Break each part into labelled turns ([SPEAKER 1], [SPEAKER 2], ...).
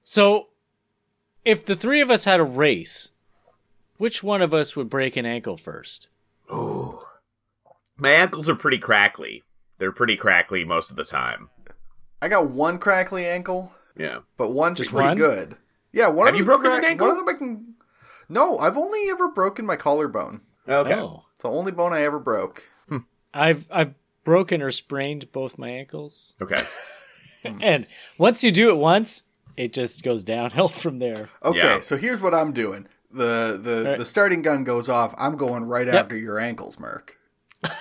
[SPEAKER 1] So, if the three of us had a race, which one of us would break an ankle first?
[SPEAKER 2] Ooh. My ankles are pretty crackly. They're pretty crackly most of the time.
[SPEAKER 3] I got one crackly ankle,
[SPEAKER 2] Yeah.
[SPEAKER 3] but one's
[SPEAKER 1] Just
[SPEAKER 3] pretty
[SPEAKER 1] one?
[SPEAKER 3] good. Yeah, one
[SPEAKER 2] Have
[SPEAKER 3] of
[SPEAKER 2] you
[SPEAKER 3] them's
[SPEAKER 2] broken an
[SPEAKER 3] crack-
[SPEAKER 2] ankle?
[SPEAKER 3] One of them I can. No, I've only ever broken my collarbone.
[SPEAKER 2] Okay.
[SPEAKER 1] Oh.
[SPEAKER 3] It's the only bone I ever broke.
[SPEAKER 1] I've I've broken or sprained both my ankles.
[SPEAKER 2] Okay. Hmm.
[SPEAKER 1] And once you do it once, it just goes downhill from there.
[SPEAKER 3] Okay,
[SPEAKER 2] Yeah.
[SPEAKER 3] so here's what I'm doing. The the,
[SPEAKER 1] Alright.
[SPEAKER 3] the starting gun goes off. I'm going right after your ankles, Merc.
[SPEAKER 1] with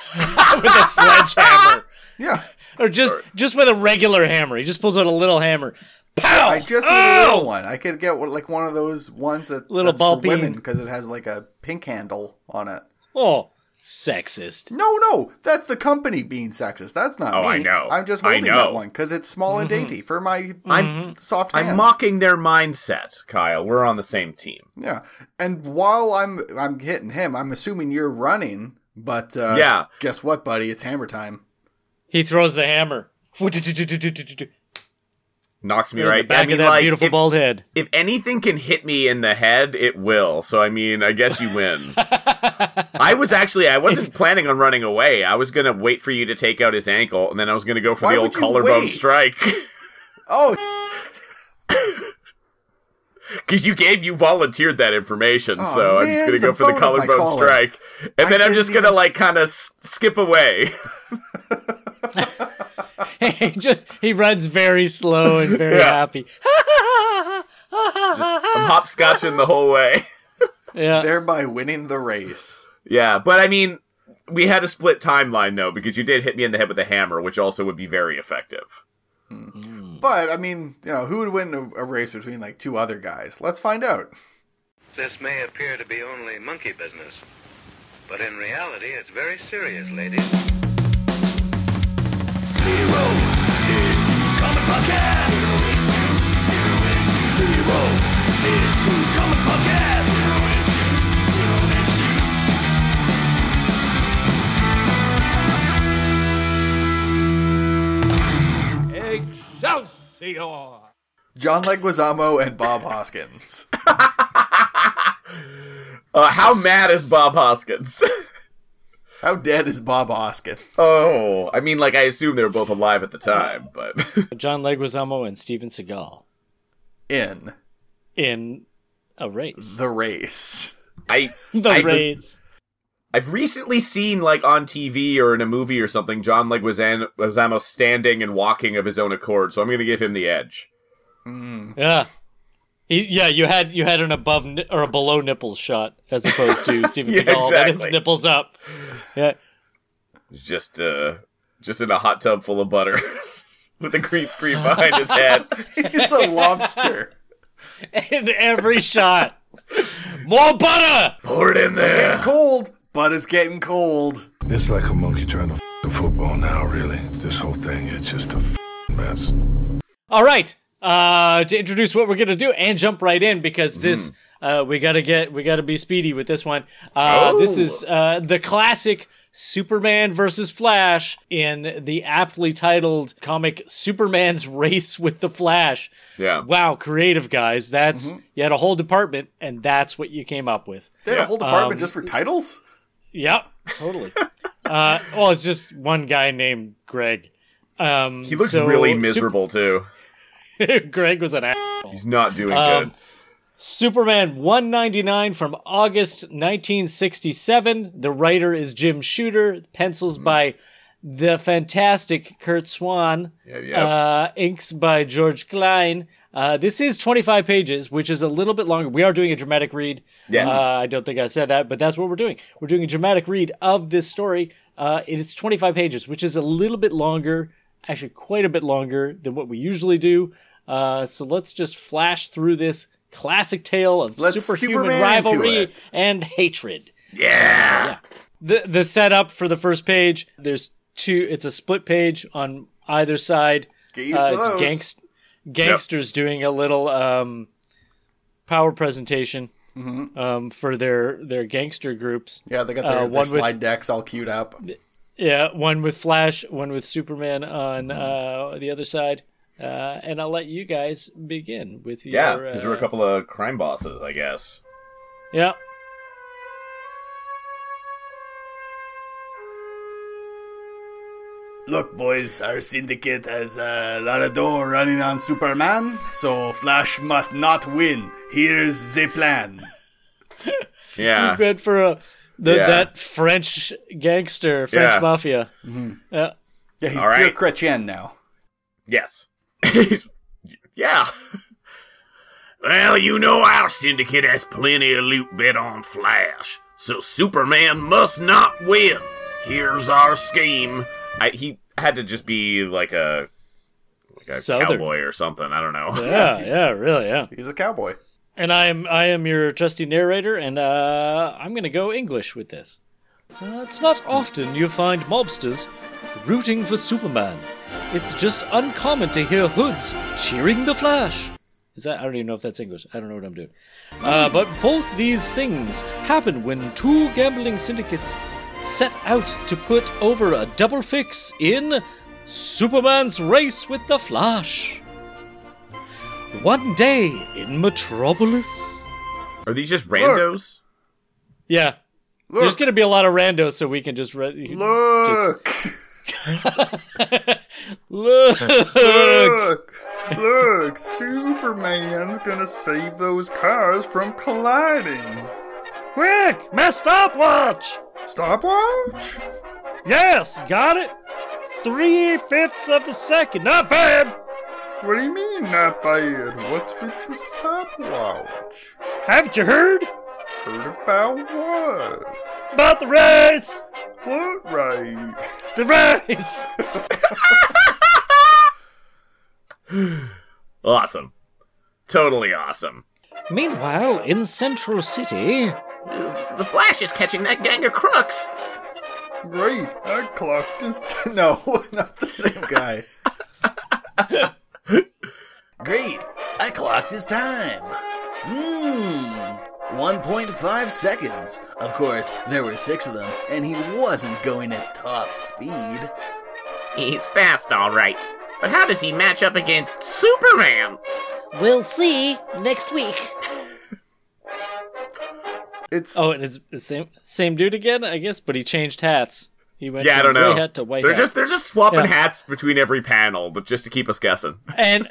[SPEAKER 1] a sledgehammer.
[SPEAKER 3] Yeah,
[SPEAKER 1] Or just just with a regular hammer. He just pulls out a little hammer.
[SPEAKER 2] Oh.
[SPEAKER 1] Pow!
[SPEAKER 3] I just need a little one. I could get one- like one of those ones that
[SPEAKER 1] Little
[SPEAKER 3] that's
[SPEAKER 1] ball
[SPEAKER 3] for women
[SPEAKER 1] peen.
[SPEAKER 3] because it has like a pink handle on it.
[SPEAKER 1] Oh, sexist.
[SPEAKER 3] No, no, that's the company being sexist. That's not
[SPEAKER 2] Oh,
[SPEAKER 3] me.
[SPEAKER 2] I know.
[SPEAKER 3] I'm just
[SPEAKER 2] I
[SPEAKER 3] holding
[SPEAKER 2] know.
[SPEAKER 3] that one because it's small and dainty for my
[SPEAKER 2] I'm-
[SPEAKER 3] soft hands.
[SPEAKER 2] I'm mocking their mindset, Kyle. We're on the same team.
[SPEAKER 3] Yeah, and while I'm I'm hitting him, I'm assuming you're running. But uh,
[SPEAKER 2] Yeah.
[SPEAKER 3] guess what, buddy? It's hammer time.
[SPEAKER 1] He throws the hammer. Right
[SPEAKER 2] Knocks me
[SPEAKER 1] in the
[SPEAKER 2] right
[SPEAKER 1] back
[SPEAKER 2] I mean,
[SPEAKER 1] of that
[SPEAKER 2] like,
[SPEAKER 1] beautiful
[SPEAKER 2] if,
[SPEAKER 1] bald head.
[SPEAKER 2] if anything can hit me in the head, it will. So I mean, I guess you win. I was actually I wasn't planning on running away. I was gonna wait for you to take out his ankle, and then I was gonna go for
[SPEAKER 3] Why
[SPEAKER 2] the old
[SPEAKER 3] would you
[SPEAKER 2] collarbone
[SPEAKER 3] wait?
[SPEAKER 2] strike
[SPEAKER 3] Oh,
[SPEAKER 2] because you gave you volunteered that information.
[SPEAKER 3] Aw,
[SPEAKER 2] so I'm just
[SPEAKER 3] man,
[SPEAKER 2] gonna
[SPEAKER 3] the
[SPEAKER 2] go for the
[SPEAKER 3] bone of my
[SPEAKER 2] collarbone
[SPEAKER 3] collar.
[SPEAKER 2] strike, and
[SPEAKER 3] I
[SPEAKER 2] then I'm
[SPEAKER 3] didn't
[SPEAKER 2] just gonna
[SPEAKER 3] even-
[SPEAKER 2] like kind of s- skip away.
[SPEAKER 1] he, just, he runs very slow and very
[SPEAKER 2] Yeah.
[SPEAKER 1] happy.
[SPEAKER 2] I'm hopscotching the whole way.
[SPEAKER 1] Yeah.
[SPEAKER 3] thereby winning the race.
[SPEAKER 2] Yeah, but I mean, we had a split timeline though because you did hit me in the head with a hammer, which also would be very effective.
[SPEAKER 3] But I mean, you know, who would win a, a race between like two other guys? Let's find out.
[SPEAKER 4] This may appear to be only monkey business, but in reality, it's very serious, ladies.
[SPEAKER 5] Excelsior!
[SPEAKER 3] John Leguizamo and Bob Hoskins.
[SPEAKER 2] Uh, how mad is Bob Hoskins?
[SPEAKER 3] How dead is Bob Hoskins?
[SPEAKER 2] oh, I mean, like I assume they were both alive at the time, but
[SPEAKER 1] John Leguizamo and Steven Seagal
[SPEAKER 3] In
[SPEAKER 1] in a race.
[SPEAKER 3] the race.
[SPEAKER 2] I
[SPEAKER 1] The
[SPEAKER 2] I-
[SPEAKER 1] race.
[SPEAKER 2] I've recently seen like on TV or in a movie or something John Leguizan- Leguizamo standing and walking of his own accord, so I'm gonna give him the edge.
[SPEAKER 1] Yeah. He, yeah, you had you had an above ni- or a below nipples shot as opposed to Steven
[SPEAKER 2] Yeah,
[SPEAKER 1] Seagal that it's
[SPEAKER 2] exactly.
[SPEAKER 1] nipples up. Yeah.
[SPEAKER 2] Just uh, just in a hot tub full of butter. With a green screen behind his head.
[SPEAKER 3] He's the lobster.
[SPEAKER 1] in every shot. More butter.
[SPEAKER 2] Pour it in there.
[SPEAKER 3] Getting cold, but it's getting cold.
[SPEAKER 6] It's like a monkey trying to f- a football now, really. This whole thing is just a f- mess.
[SPEAKER 1] All right. Uh, to introduce what we're gonna do and jump right in
[SPEAKER 2] Mm-hmm.
[SPEAKER 1] because this uh, we gotta get we gotta be speedy with this one. Uh, This
[SPEAKER 2] Oh.
[SPEAKER 1] is uh, the classic Superman versus Flash in the aptly titled comic Superman's Race with the Flash.
[SPEAKER 2] Yeah. Mm-hmm.
[SPEAKER 1] Wow, creative guys. That's you had a whole department and that's what you came up with.
[SPEAKER 3] They had
[SPEAKER 2] Yeah.
[SPEAKER 3] a whole department just for titles.
[SPEAKER 1] Yep, totally. uh, well, it's just one guy named Greg. Um,
[SPEAKER 2] He looks really miserable too.
[SPEAKER 1] Greg was an ass.
[SPEAKER 2] He's not doing
[SPEAKER 1] Um,
[SPEAKER 2] good.
[SPEAKER 1] Superman 199 from August 1967. The writer is Jim Shooter. Pencils by the fantastic Kurt Swan.
[SPEAKER 2] Yeah, yeah.
[SPEAKER 1] Uh, inks by George Klein. Uh, this is 25 pages, which is a little bit longer. We are doing a dramatic read.
[SPEAKER 2] Yes.
[SPEAKER 1] Uh, I don't think I said that, but that's what we're doing. We're doing a dramatic read of this story. Uh, and it's 25 pages, which is a little bit longer, actually quite a bit longer than what we usually do. Uh, so let's just flash through this classic tale of
[SPEAKER 3] Let's
[SPEAKER 1] superhuman
[SPEAKER 3] Superman into
[SPEAKER 1] rivalry
[SPEAKER 3] it.
[SPEAKER 1] and hatred
[SPEAKER 2] yeah.
[SPEAKER 1] the the setup for the first page. There's two. It's a split page on either side.
[SPEAKER 3] Get used to
[SPEAKER 1] uh, it's
[SPEAKER 3] those.
[SPEAKER 1] gangst, gangsters doing a little um, power presentation
[SPEAKER 2] Mm-hmm.
[SPEAKER 1] um, for their their gangster groups.
[SPEAKER 3] Yeah, they got
[SPEAKER 1] Uh,
[SPEAKER 3] their,
[SPEAKER 1] one
[SPEAKER 3] their
[SPEAKER 1] with-
[SPEAKER 3] slide decks all queued up.
[SPEAKER 2] Mm-hmm.
[SPEAKER 1] Yeah, one with Flash, one with Superman on uh, the other side. Uh, and I'll let you guys begin with your.
[SPEAKER 2] Yeah, because
[SPEAKER 1] uh,
[SPEAKER 2] we're a couple of crime bosses, I guess.
[SPEAKER 1] Yeah.
[SPEAKER 3] Look, boys, our syndicate has a lot of dough running on Superman, so Flash must not win. Here's the plan.
[SPEAKER 2] Yeah.
[SPEAKER 1] Read for a, the,
[SPEAKER 2] Yeah.
[SPEAKER 1] that French gangster, French
[SPEAKER 2] Yeah.
[SPEAKER 1] mafia. Yeah.
[SPEAKER 3] Yeah, he's
[SPEAKER 2] All
[SPEAKER 3] pure
[SPEAKER 2] right.
[SPEAKER 3] Chrétien now.
[SPEAKER 2] Yes. yeah. Well, you know our syndicate has plenty of loot bet on Flash, so Superman must not win. Here's our scheme. I, he had to just be like a, like a
[SPEAKER 1] Southern.
[SPEAKER 2] cowboy or something. I don't know.
[SPEAKER 1] Yeah, yeah, really, yeah.
[SPEAKER 3] He's a cowboy.
[SPEAKER 1] And I am I am your trusty narrator, and uh, I'm going to go English with this. Uh, it's not often you find mobsters rooting for Superman. It's just uncommon to hear hoods cheering the Flash. Is that I don't even know if that's English. I don't know what I'm doing. Uh, but both these things happen when two gambling syndicates set out to put over a double fix in Superman's race with the Flash. One day in Metropolis.
[SPEAKER 2] Are these just randos?
[SPEAKER 1] Yeah.
[SPEAKER 3] Look,
[SPEAKER 1] There's going to be a lot of randos, so we can just re-
[SPEAKER 3] look,
[SPEAKER 1] look.
[SPEAKER 3] look, look! Superman's gonna save those cars from colliding.
[SPEAKER 1] Quick, my stopwatch.
[SPEAKER 3] Stopwatch?
[SPEAKER 1] Yes, got it. Three fifths of a second. Not bad.
[SPEAKER 3] What do you mean, not by it? What's with the stopwatch?
[SPEAKER 1] Haven't you heard
[SPEAKER 3] Heard about what?
[SPEAKER 1] about the race?
[SPEAKER 3] What right?
[SPEAKER 1] The race.
[SPEAKER 2] Awesome. Totally awesome.
[SPEAKER 1] Meanwhile, in Central City,
[SPEAKER 2] The Flash is catching that gang of crooks.
[SPEAKER 3] Great, I clocked his. T- no, not the same guy. Great, I clocked his time. Mmm, 1.5 seconds. Of course, there were six of them, and he wasn't going at top speed.
[SPEAKER 2] He's fast, all right. But how does he match up against Superman?
[SPEAKER 5] We'll see next week.
[SPEAKER 3] It's.
[SPEAKER 1] oh, and it's the same same dude again, I guess, but he changed hats. He went
[SPEAKER 2] Yeah, I
[SPEAKER 1] from
[SPEAKER 2] don't know.
[SPEAKER 1] gray hat to white
[SPEAKER 2] they're
[SPEAKER 1] hat.
[SPEAKER 2] just they're just swapping
[SPEAKER 1] Yeah.
[SPEAKER 2] hats between every panel, but just to keep us guessing.
[SPEAKER 1] and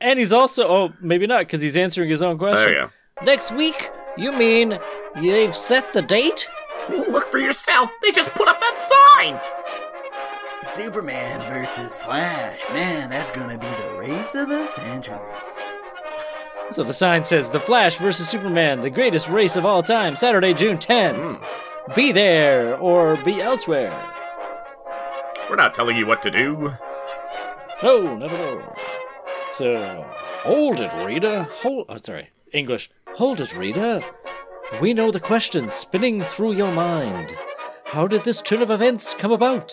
[SPEAKER 1] and he's also oh maybe not because he's answering his own question.
[SPEAKER 2] There you
[SPEAKER 5] Next week? You mean you've set the date?
[SPEAKER 2] go. Look for yourself. They just put up that sign.
[SPEAKER 3] Superman versus Flash. Man, that's gonna be the race of the century.
[SPEAKER 1] So the sign says The Flash versus Superman, the greatest race of all time, Saturday, June 10th. Be there or be elsewhere.
[SPEAKER 2] We're not telling you what to do.
[SPEAKER 1] No, not at all. So hold it, reader. Hold. Oh, sorry, English. Hold it, reader. We know the questions spinning through your mind. How did this turn of events come about?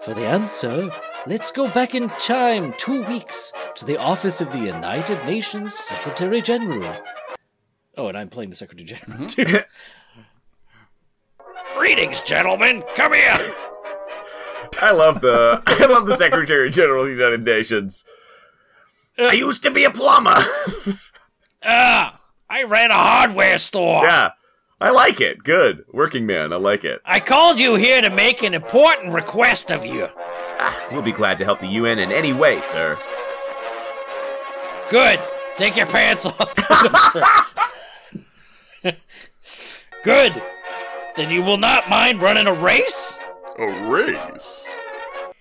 [SPEAKER 1] For the answer, let's go back in time two weeks to the office of the United Nations Secretary General. Oh, and I'm playing the Secretary General too. Mm-hmm. Greetings, gentlemen. Come here.
[SPEAKER 2] I love the I love the Secretary General of the United Nations. I used to be a plumber.
[SPEAKER 1] Ah, I ran a hardware store.
[SPEAKER 2] yeah. I like it. Good. Working man, I like it.
[SPEAKER 1] I called you here to make an important request of you.
[SPEAKER 2] Ah, we'll be glad to help the UN in any way, sir.
[SPEAKER 1] Good. Take your pants off. Good. Then you will not mind running a race?
[SPEAKER 7] A race.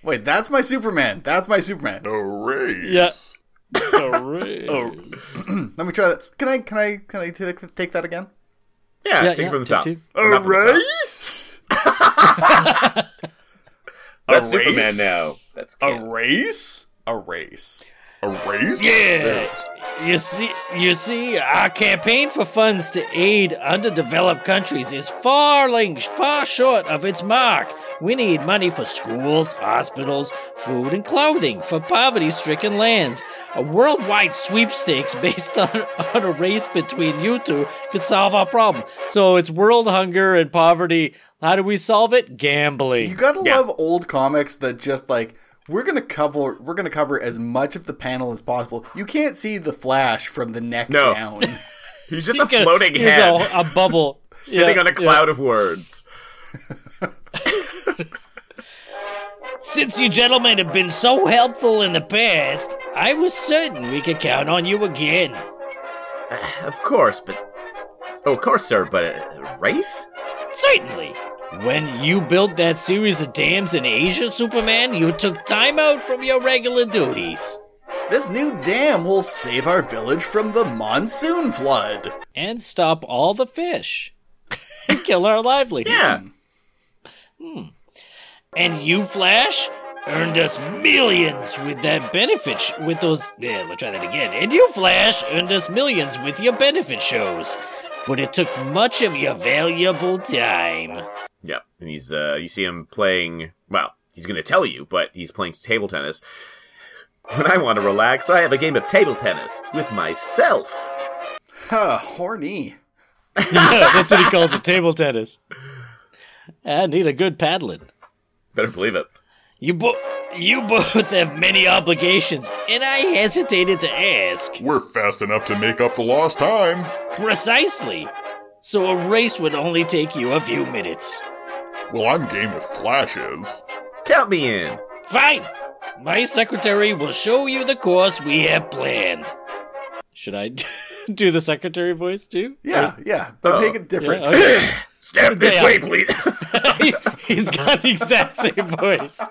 [SPEAKER 3] Wait, that's my Superman. That's my Superman.
[SPEAKER 7] A race.
[SPEAKER 1] Yes. A race.
[SPEAKER 3] Let me try that. Can I? Can I? Can I take, take that again?
[SPEAKER 2] Yeah,
[SPEAKER 1] Yeah,
[SPEAKER 2] take
[SPEAKER 1] yeah,
[SPEAKER 2] it from
[SPEAKER 1] take
[SPEAKER 2] the top.
[SPEAKER 1] two.
[SPEAKER 2] Or not from the top.
[SPEAKER 3] race?
[SPEAKER 2] That's
[SPEAKER 7] A race?
[SPEAKER 2] Superman now. That's
[SPEAKER 3] A
[SPEAKER 2] Kent.
[SPEAKER 3] race? A race.
[SPEAKER 7] A race?
[SPEAKER 1] Yeah. You see, you see, our campaign for funds to aid underdeveloped countries is far ling- far short of its mark. We need money for schools, hospitals, food, and clothing for poverty-stricken lands. A worldwide sweepstakes based on, on a race between you two could solve our problem. So it's world hunger and poverty. How do we solve it? Gambling.
[SPEAKER 3] You gotta
[SPEAKER 2] Yeah.
[SPEAKER 3] love old comics that just like We're gonna cover we're gonna cover as much of the panel as possible. You can't see the flash from the neck
[SPEAKER 2] No.
[SPEAKER 3] down.
[SPEAKER 2] He's just a floating
[SPEAKER 1] Here's
[SPEAKER 2] head
[SPEAKER 1] a, a bubble
[SPEAKER 2] sitting
[SPEAKER 1] Yeah,
[SPEAKER 2] on a
[SPEAKER 1] yeah.
[SPEAKER 2] cloud of words.
[SPEAKER 5] Since you gentlemen have been so helpful in the past, I was certain we could count on you again.
[SPEAKER 2] Of course, but oh, of course, sir. But uh, race?
[SPEAKER 5] Certainly. When you built that series of dams in Asia, Superman, you took time out from your regular duties.
[SPEAKER 3] this new dam will save our village from the monsoon flood.
[SPEAKER 1] and stop all the fish. Kill our
[SPEAKER 7] Mm-hmm.
[SPEAKER 1] livelihood.
[SPEAKER 2] Yeah.
[SPEAKER 5] And you, Flash, earned us millions with that benefit sh- with those. Yeah, let me try that again. And you, Flash, earned us millions with your benefit shows. But it took much of your valuable time.
[SPEAKER 2] Yep. And he's uh you see him playing well, he's gonna tell you, but he's playing table tennis. When I want to relax, I have a game of table tennis with myself.
[SPEAKER 3] Huh, horny.
[SPEAKER 1] That's what he calls it, table tennis. I need a good paddling.
[SPEAKER 2] Better believe it.
[SPEAKER 5] You both. You both have many obligations, and I hesitated to ask.
[SPEAKER 7] We're fast enough to make up the lost time.
[SPEAKER 5] Precisely. So a race would only take you a few minutes.
[SPEAKER 7] Well, I'm game if Flash is.
[SPEAKER 2] Count me in.
[SPEAKER 5] Fine. My secretary will show you the course we have planned.
[SPEAKER 1] Should I do the secretary voice too?
[SPEAKER 2] Uh,
[SPEAKER 3] Yeah, yeah, but make it different.
[SPEAKER 1] Yeah, okay.
[SPEAKER 2] Step this
[SPEAKER 1] Yeah.
[SPEAKER 2] way, please.
[SPEAKER 1] He's got the exact same voice.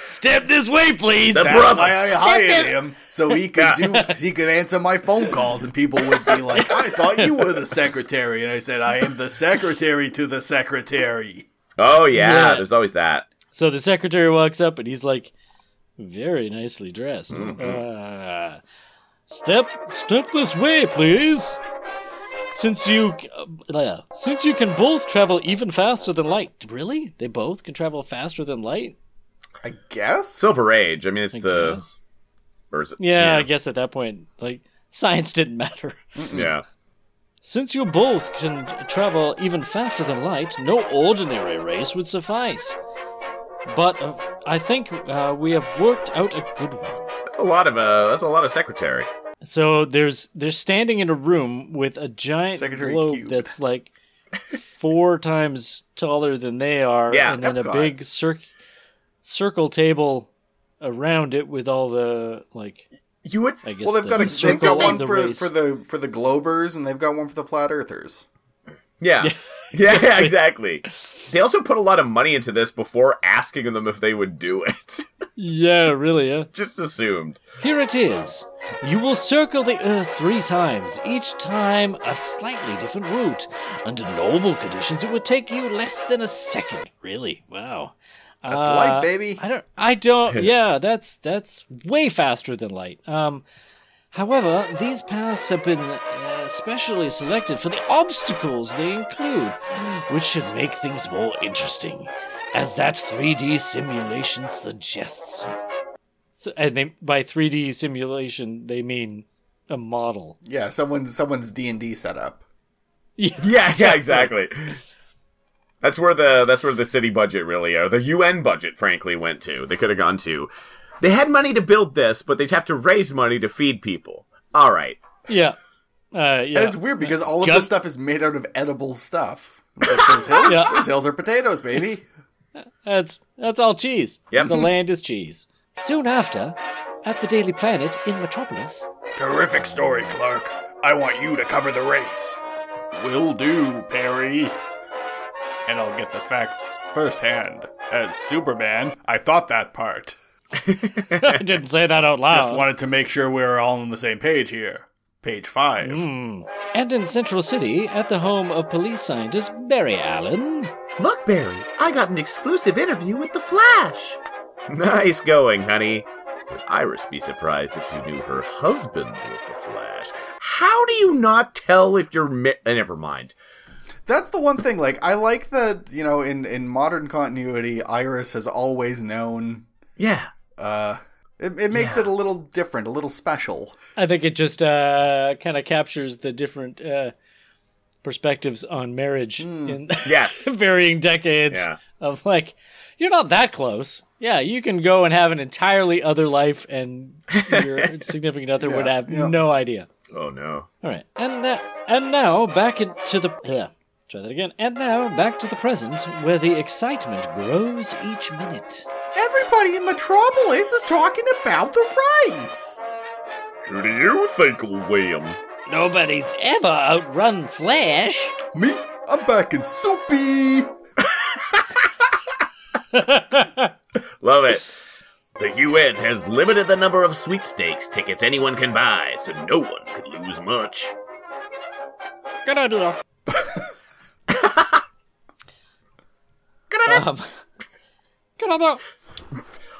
[SPEAKER 5] Step this way, please.
[SPEAKER 2] the
[SPEAKER 3] Why I
[SPEAKER 2] brothers.
[SPEAKER 3] hired him so he could do he could answer my phone calls and people would be like, "I thought you were the secretary," and I said, "I am the secretary to the secretary."
[SPEAKER 2] Oh yeah,
[SPEAKER 1] Yeah.
[SPEAKER 2] there's always that.
[SPEAKER 1] So the secretary walks up and he's like, very nicely dressed. Uh, step, step this way, please. Since you, uh, since you can both travel even faster than light. Really? They both can travel faster than light?
[SPEAKER 3] I guess.
[SPEAKER 2] Silver Age. I mean, it's
[SPEAKER 1] I
[SPEAKER 2] the
[SPEAKER 1] guess.
[SPEAKER 2] or is it?
[SPEAKER 1] Yeah, I guess at that point, like science didn't matter.
[SPEAKER 2] yeah.
[SPEAKER 1] Since you both can travel even faster than light, no ordinary race would suffice. But uh, I think uh, we have worked out a good one.
[SPEAKER 2] That's a lot of uh. That's a lot of secretary.
[SPEAKER 1] So there's they're standing in a room with a giant
[SPEAKER 3] Secretary
[SPEAKER 1] globe
[SPEAKER 3] Cube.
[SPEAKER 1] that's like four times taller than they are,
[SPEAKER 2] Yeah.
[SPEAKER 1] and then a
[SPEAKER 3] Epcot.
[SPEAKER 1] big cir- circle table around it with all the like.
[SPEAKER 2] You would.
[SPEAKER 1] I guess
[SPEAKER 3] Well, they've
[SPEAKER 1] the
[SPEAKER 3] got a,
[SPEAKER 1] circle
[SPEAKER 3] they've got
[SPEAKER 1] of
[SPEAKER 3] one
[SPEAKER 1] the
[SPEAKER 3] for
[SPEAKER 1] race.
[SPEAKER 3] for the for the Globers and they've got one for the Flat Earthers.
[SPEAKER 2] Yeah. Yeah, yeah, exactly. They also put a lot of money into this before asking them if they would do it.
[SPEAKER 1] yeah, really, yeah.
[SPEAKER 2] Just assumed.
[SPEAKER 1] Here it is. You will circle the Earth three times, each time a slightly different route. Under normal conditions, it would take you less than a second. Really? Wow.
[SPEAKER 3] That's light, baby.
[SPEAKER 1] I don't. I don't. Yeah, that's that's way faster than light. Um, however, these paths have been uh, specially selected for the obstacles they include, which should make things more interesting, as that 3D simulation suggests. So- And they, by 3D simulation, they mean a model.
[SPEAKER 3] Yeah, someone's someone's D and D setup.
[SPEAKER 2] Yeah, yeah, exactly. That's where the that's where the city budget really or the UN budget frankly went to. They could have gone to. They had money to build this, but they'd have to raise money to feed people. All right.
[SPEAKER 1] Yeah. Uh, yeah.
[SPEAKER 3] And it's weird because all of
[SPEAKER 1] Just-
[SPEAKER 3] this stuff is made out of edible stuff. Like those hills,
[SPEAKER 1] Yeah.
[SPEAKER 3] those hills are potatoes, baby.
[SPEAKER 1] That's that's all cheese.
[SPEAKER 2] Yep.
[SPEAKER 1] The land is cheese. Soon after, at the Daily Planet in Metropolis.
[SPEAKER 3] Terrific story, Clark. I want you to cover the race. Will do, Perry. And I'll get the facts firsthand. As Superman, I thought that part.
[SPEAKER 1] I didn't say that out loud.
[SPEAKER 3] Just wanted to make sure we were all on the same page here. Page five.
[SPEAKER 1] and in Central City, at the home of police scientist Barry Allen.
[SPEAKER 2] Look, Barry, I got an exclusive interview with the Flash. Nice going, honey. Would Iris be surprised if she knew her husband was the Flash? How do you not tell if you're mi- uh, never mind?
[SPEAKER 3] That's the one thing. Like, I like that. You know, in in modern continuity, Iris has always known.
[SPEAKER 2] Yeah.
[SPEAKER 3] It, it makes it a little different, a little special.
[SPEAKER 1] I think it just uh, kind of captures the different uh, perspectives on marriage
[SPEAKER 3] Hmm.
[SPEAKER 1] in
[SPEAKER 2] Yes.
[SPEAKER 1] varying decades
[SPEAKER 2] Yeah.
[SPEAKER 1] of like you're not that close. Yeah, you can go and have an entirely other life, and your significant other would
[SPEAKER 3] Yeah,
[SPEAKER 1] have
[SPEAKER 3] yeah.
[SPEAKER 1] no idea.
[SPEAKER 2] Oh no.
[SPEAKER 1] All right, and now, and now back into the yeah. Try that again. And now back to the present, where the excitement grows each minute.
[SPEAKER 3] Everybody in Metropolis is talking about the rice.
[SPEAKER 2] Who do you think will win?
[SPEAKER 8] Nobody's ever outrun Flash.
[SPEAKER 3] Me, I'm back in Soupy.
[SPEAKER 2] Love it. The UN has limited the number of sweepstakes tickets anyone can buy, so no one could lose much.
[SPEAKER 8] Good idea.
[SPEAKER 1] Um, Come on out.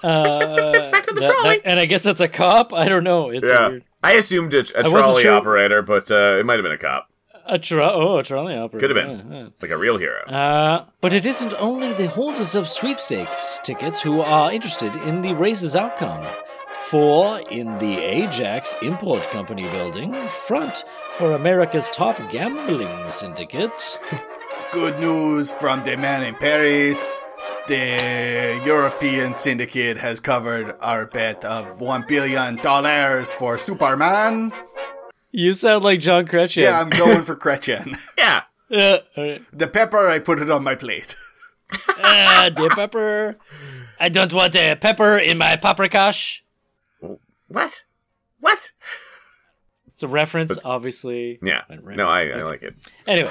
[SPEAKER 1] Uh, Back to the trolley. and I guess that's a cop. I don't know. It's
[SPEAKER 2] yeah,
[SPEAKER 1] weird.
[SPEAKER 2] I assumed a, a
[SPEAKER 1] wasn't
[SPEAKER 2] trolley
[SPEAKER 1] sure-
[SPEAKER 2] operator, but uh, it might have been a cop.
[SPEAKER 1] A tro- oh, a trolley operator.
[SPEAKER 2] Could have been.
[SPEAKER 1] Yeah, yeah.
[SPEAKER 2] Like a real hero.
[SPEAKER 1] Uh, but it isn't only the holders of sweepstakes tickets who are interested in the race's outcome. For in the Ajax Import Company building, front for America's top gambling syndicate,
[SPEAKER 3] Good news from the man in Paris. The European syndicate has covered our bet of $1 billion for Superman.
[SPEAKER 1] you sound like John Kretchen.
[SPEAKER 3] Yeah, I'm going for Gretchen.
[SPEAKER 2] yeah.
[SPEAKER 1] Uh, all right.
[SPEAKER 3] The pepper, I put it on my plate.
[SPEAKER 1] Uh,
[SPEAKER 8] Ah, dear pepper. I don't want a pepper in my paprikash.
[SPEAKER 2] What? What?
[SPEAKER 1] It's a reference, obviously.
[SPEAKER 2] Yeah. No, I, I like it.
[SPEAKER 1] Anyway,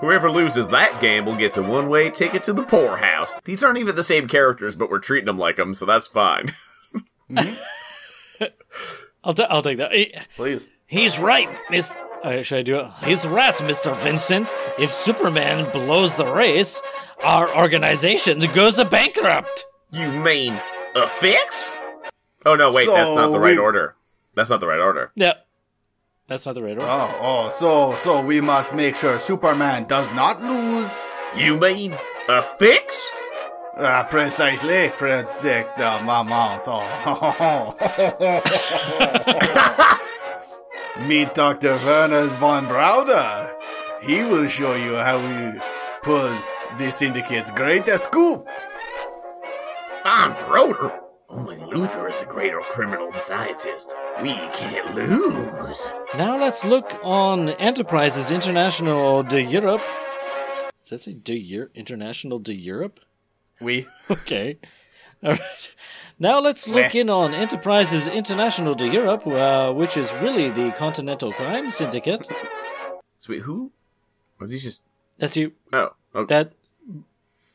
[SPEAKER 2] Whoever loses that gamble gets a one way ticket to the poorhouse. These aren't even the same characters, but we're treating them like them, so that's fine.
[SPEAKER 1] I'll, ta- I'll take that. Eh,
[SPEAKER 3] Please.
[SPEAKER 8] He's right, Miss.
[SPEAKER 1] all right, uh, should I do it?
[SPEAKER 8] He's right, Mr. Vincent. If Superman blows the race, our organization goes bankrupt.
[SPEAKER 2] You mean a fix? Oh, no, wait, that's not the
[SPEAKER 3] So
[SPEAKER 2] right
[SPEAKER 3] we-
[SPEAKER 2] order. That's not the right order.
[SPEAKER 1] No, that's not the right order.
[SPEAKER 3] Oh, oh, so, so we must make sure Superman does not lose.
[SPEAKER 2] You mean a fix?
[SPEAKER 3] Ah, precisely, predict the mamas. Oh. Meet Dr. Werner von Brauder. He will show you how we pull the syndicate's greatest coup.
[SPEAKER 2] Von Broder? Only Luther is a greater criminal scientist. We can't lose.
[SPEAKER 1] Now let's look on Enterprises International de Europe. Does that say de Europe? International de Europe?
[SPEAKER 3] We.
[SPEAKER 1] Okay. All right. Now let's look in on Enterprises International de Europe, uh, which is really the Continental Crime Syndicate.
[SPEAKER 2] Sweet, who? Or these just.
[SPEAKER 1] That's you.
[SPEAKER 2] Oh, okay.
[SPEAKER 1] That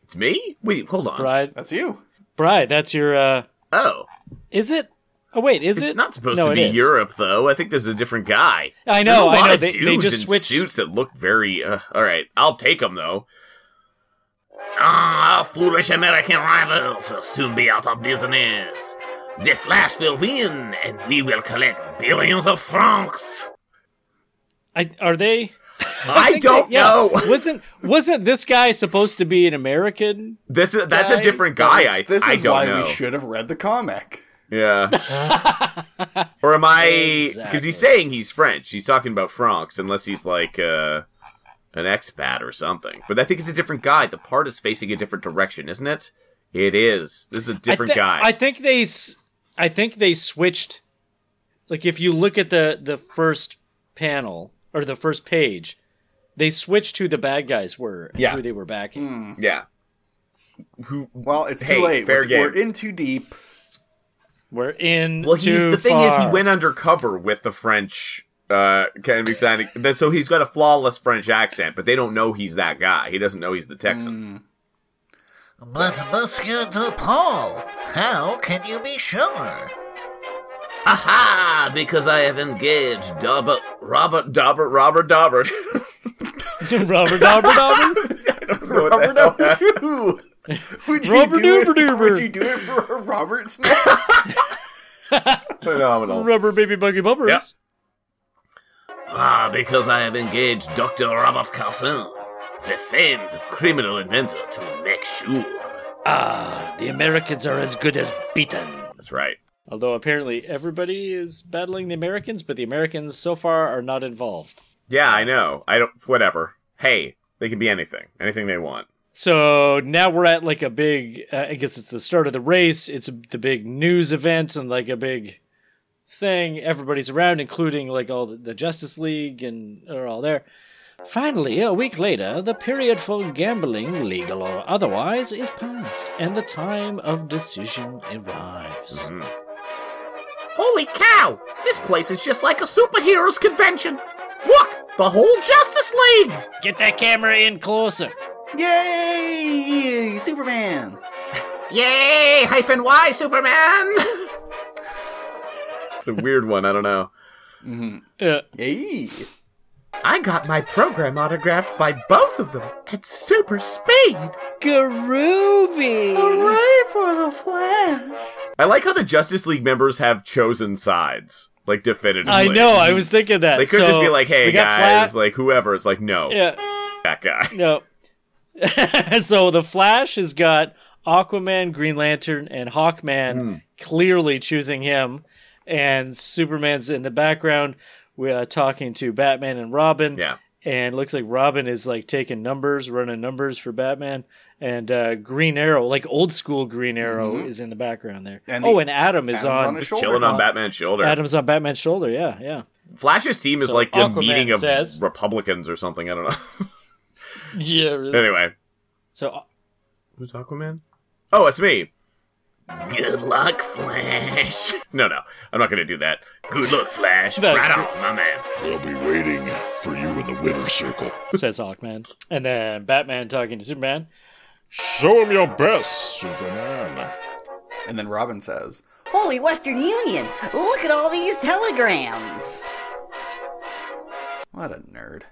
[SPEAKER 2] it's me? Wait, hold on.
[SPEAKER 1] bride.
[SPEAKER 3] That's you.
[SPEAKER 1] Bride. That's your. Uh,
[SPEAKER 2] Oh,
[SPEAKER 1] is it? Oh wait, is
[SPEAKER 2] it's
[SPEAKER 1] it?
[SPEAKER 2] not supposed
[SPEAKER 1] No,
[SPEAKER 2] to
[SPEAKER 1] it
[SPEAKER 2] be
[SPEAKER 1] is.
[SPEAKER 2] Europe, though. I think there's a different guy.
[SPEAKER 1] I
[SPEAKER 2] There's a
[SPEAKER 1] know.
[SPEAKER 2] lot
[SPEAKER 1] I know.
[SPEAKER 2] of
[SPEAKER 1] They, they
[SPEAKER 2] dudes
[SPEAKER 1] just
[SPEAKER 2] in
[SPEAKER 1] switched.
[SPEAKER 2] suits that look very. Uh, all right, I'll take them though. Ah, our foolish American rivals will soon be out of business. The Flash will win, and we will collect billions of francs.
[SPEAKER 1] I, are they?
[SPEAKER 2] I, don't
[SPEAKER 1] Yeah.
[SPEAKER 2] know.
[SPEAKER 1] wasn't wasn't this guy supposed to be an American?
[SPEAKER 2] This is that's
[SPEAKER 1] Guy?
[SPEAKER 2] a different guy. I
[SPEAKER 3] This
[SPEAKER 2] I
[SPEAKER 3] is
[SPEAKER 2] don't
[SPEAKER 3] why
[SPEAKER 2] know.
[SPEAKER 3] we should have read the comic.
[SPEAKER 2] Yeah. or am I? Because
[SPEAKER 1] Exactly.
[SPEAKER 2] he's saying he's French. He's talking about francs, unless he's like uh, an expat or something. But I think it's a different guy. The part is facing a different direction, isn't it? It is. This is a
[SPEAKER 1] I
[SPEAKER 2] different
[SPEAKER 1] thi-
[SPEAKER 2] guy.
[SPEAKER 1] I think they, s- I think they switched. Like if you look at the the first panel or the first page, they switched who the bad guys were and
[SPEAKER 2] Yeah.
[SPEAKER 1] who they were backing.
[SPEAKER 2] yeah.
[SPEAKER 3] Well, it's
[SPEAKER 2] Hey,
[SPEAKER 3] too late.
[SPEAKER 2] fair
[SPEAKER 3] we're,
[SPEAKER 2] game.
[SPEAKER 3] we're in too deep.
[SPEAKER 1] We're in.
[SPEAKER 2] Well, he's
[SPEAKER 1] too
[SPEAKER 2] the thing is he
[SPEAKER 1] far.
[SPEAKER 2] went undercover with the French. Uh, can be signing. That so he's got a flawless French accent, but they don't know he's that guy. He doesn't know he's the Texan.
[SPEAKER 9] Hmm. But Monsieur DuPaul, how can you be sure?
[SPEAKER 2] Aha! Because I have engaged Robert, Robert, Robert, Robert, Robert.
[SPEAKER 1] Robert Dauber Dauber.
[SPEAKER 3] Robert W. Would you
[SPEAKER 1] Robert
[SPEAKER 3] do
[SPEAKER 1] Uber
[SPEAKER 3] it?
[SPEAKER 1] Duber.
[SPEAKER 3] Would you do it for Robert Smith?
[SPEAKER 2] Phenomenal.
[SPEAKER 1] Rubber baby buggy bumpers.
[SPEAKER 2] Yep. Ah, because I have engaged Dr. Robert Carson, the famed criminal inventor, to make sure.
[SPEAKER 8] Ah, the Americans are as good as beaten.
[SPEAKER 2] That's right.
[SPEAKER 1] Although apparently everybody is battling the Americans, but the Americans so far are not involved.
[SPEAKER 2] Yeah, I know. I don't. Whatever. Hey, they can be anything. Anything they want.
[SPEAKER 1] So now we're at like a big. Uh, I guess it's the start of the race. It's the big news event and like a big thing. Everybody's around, including like all the, the Justice League and are all there. Finally, a week later, the period for gambling, legal or otherwise, is past, and the time of decision arrives.
[SPEAKER 2] Mm-hmm.
[SPEAKER 10] Holy cow! This place is just like a superheroes convention! Look! The whole Justice League!
[SPEAKER 5] Get that camera in closer.
[SPEAKER 3] Yay! Superman!
[SPEAKER 10] Yay! Hyphen Y, Superman!
[SPEAKER 2] It's a weird one. I don't know.
[SPEAKER 3] Yay!
[SPEAKER 10] I got my program autographed by both of them at super speed!
[SPEAKER 5] Groovy.
[SPEAKER 3] Hooray for the Flash!
[SPEAKER 2] I like how the Justice League members have chosen sides, like definitively.
[SPEAKER 1] I know. I was thinking that
[SPEAKER 2] They could
[SPEAKER 1] So
[SPEAKER 2] just be like, "Hey
[SPEAKER 1] we got
[SPEAKER 2] guys,
[SPEAKER 1] Flash-
[SPEAKER 2] like whoever." It's like, no,
[SPEAKER 1] yeah.
[SPEAKER 2] that guy.
[SPEAKER 1] No. so the Flash has got Aquaman, Green Lantern, and Hawkman
[SPEAKER 11] Hmm.
[SPEAKER 1] clearly choosing him, and Superman's in the background. We are talking to Batman and Robin.
[SPEAKER 2] Yeah.
[SPEAKER 1] And it looks like Robin is like taking numbers, running numbers for Batman, and uh, Green Arrow, like old school Green Arrow, is in the background there.
[SPEAKER 11] Mm-hmm. And
[SPEAKER 1] oh,
[SPEAKER 11] the-
[SPEAKER 1] and Adam is
[SPEAKER 11] Adam's
[SPEAKER 1] on.
[SPEAKER 11] his shoulder.
[SPEAKER 2] Chilling on Batman's shoulder.
[SPEAKER 1] Adam's on Batman's shoulder. Yeah, yeah.
[SPEAKER 2] Flash's team is
[SPEAKER 1] So
[SPEAKER 2] like the
[SPEAKER 1] Aquaman
[SPEAKER 2] meeting of
[SPEAKER 1] says-
[SPEAKER 2] Republicans or something. I don't know.
[SPEAKER 1] Yeah. Really.
[SPEAKER 2] anyway,
[SPEAKER 1] So
[SPEAKER 2] who's Aquaman? Oh, it's me.
[SPEAKER 10] Good luck, Flash.
[SPEAKER 2] No, no, I'm not gonna do that. Good luck, Flash.
[SPEAKER 1] That's
[SPEAKER 2] right on, my man.
[SPEAKER 7] They'll be waiting for you in the winner's circle.
[SPEAKER 1] says Hawkman, and then Batman talking to Superman.
[SPEAKER 7] Show him your best, Superman.
[SPEAKER 11] And then Robin says,
[SPEAKER 12] Holy Western Union! Look at all these telegrams!
[SPEAKER 11] What a nerd.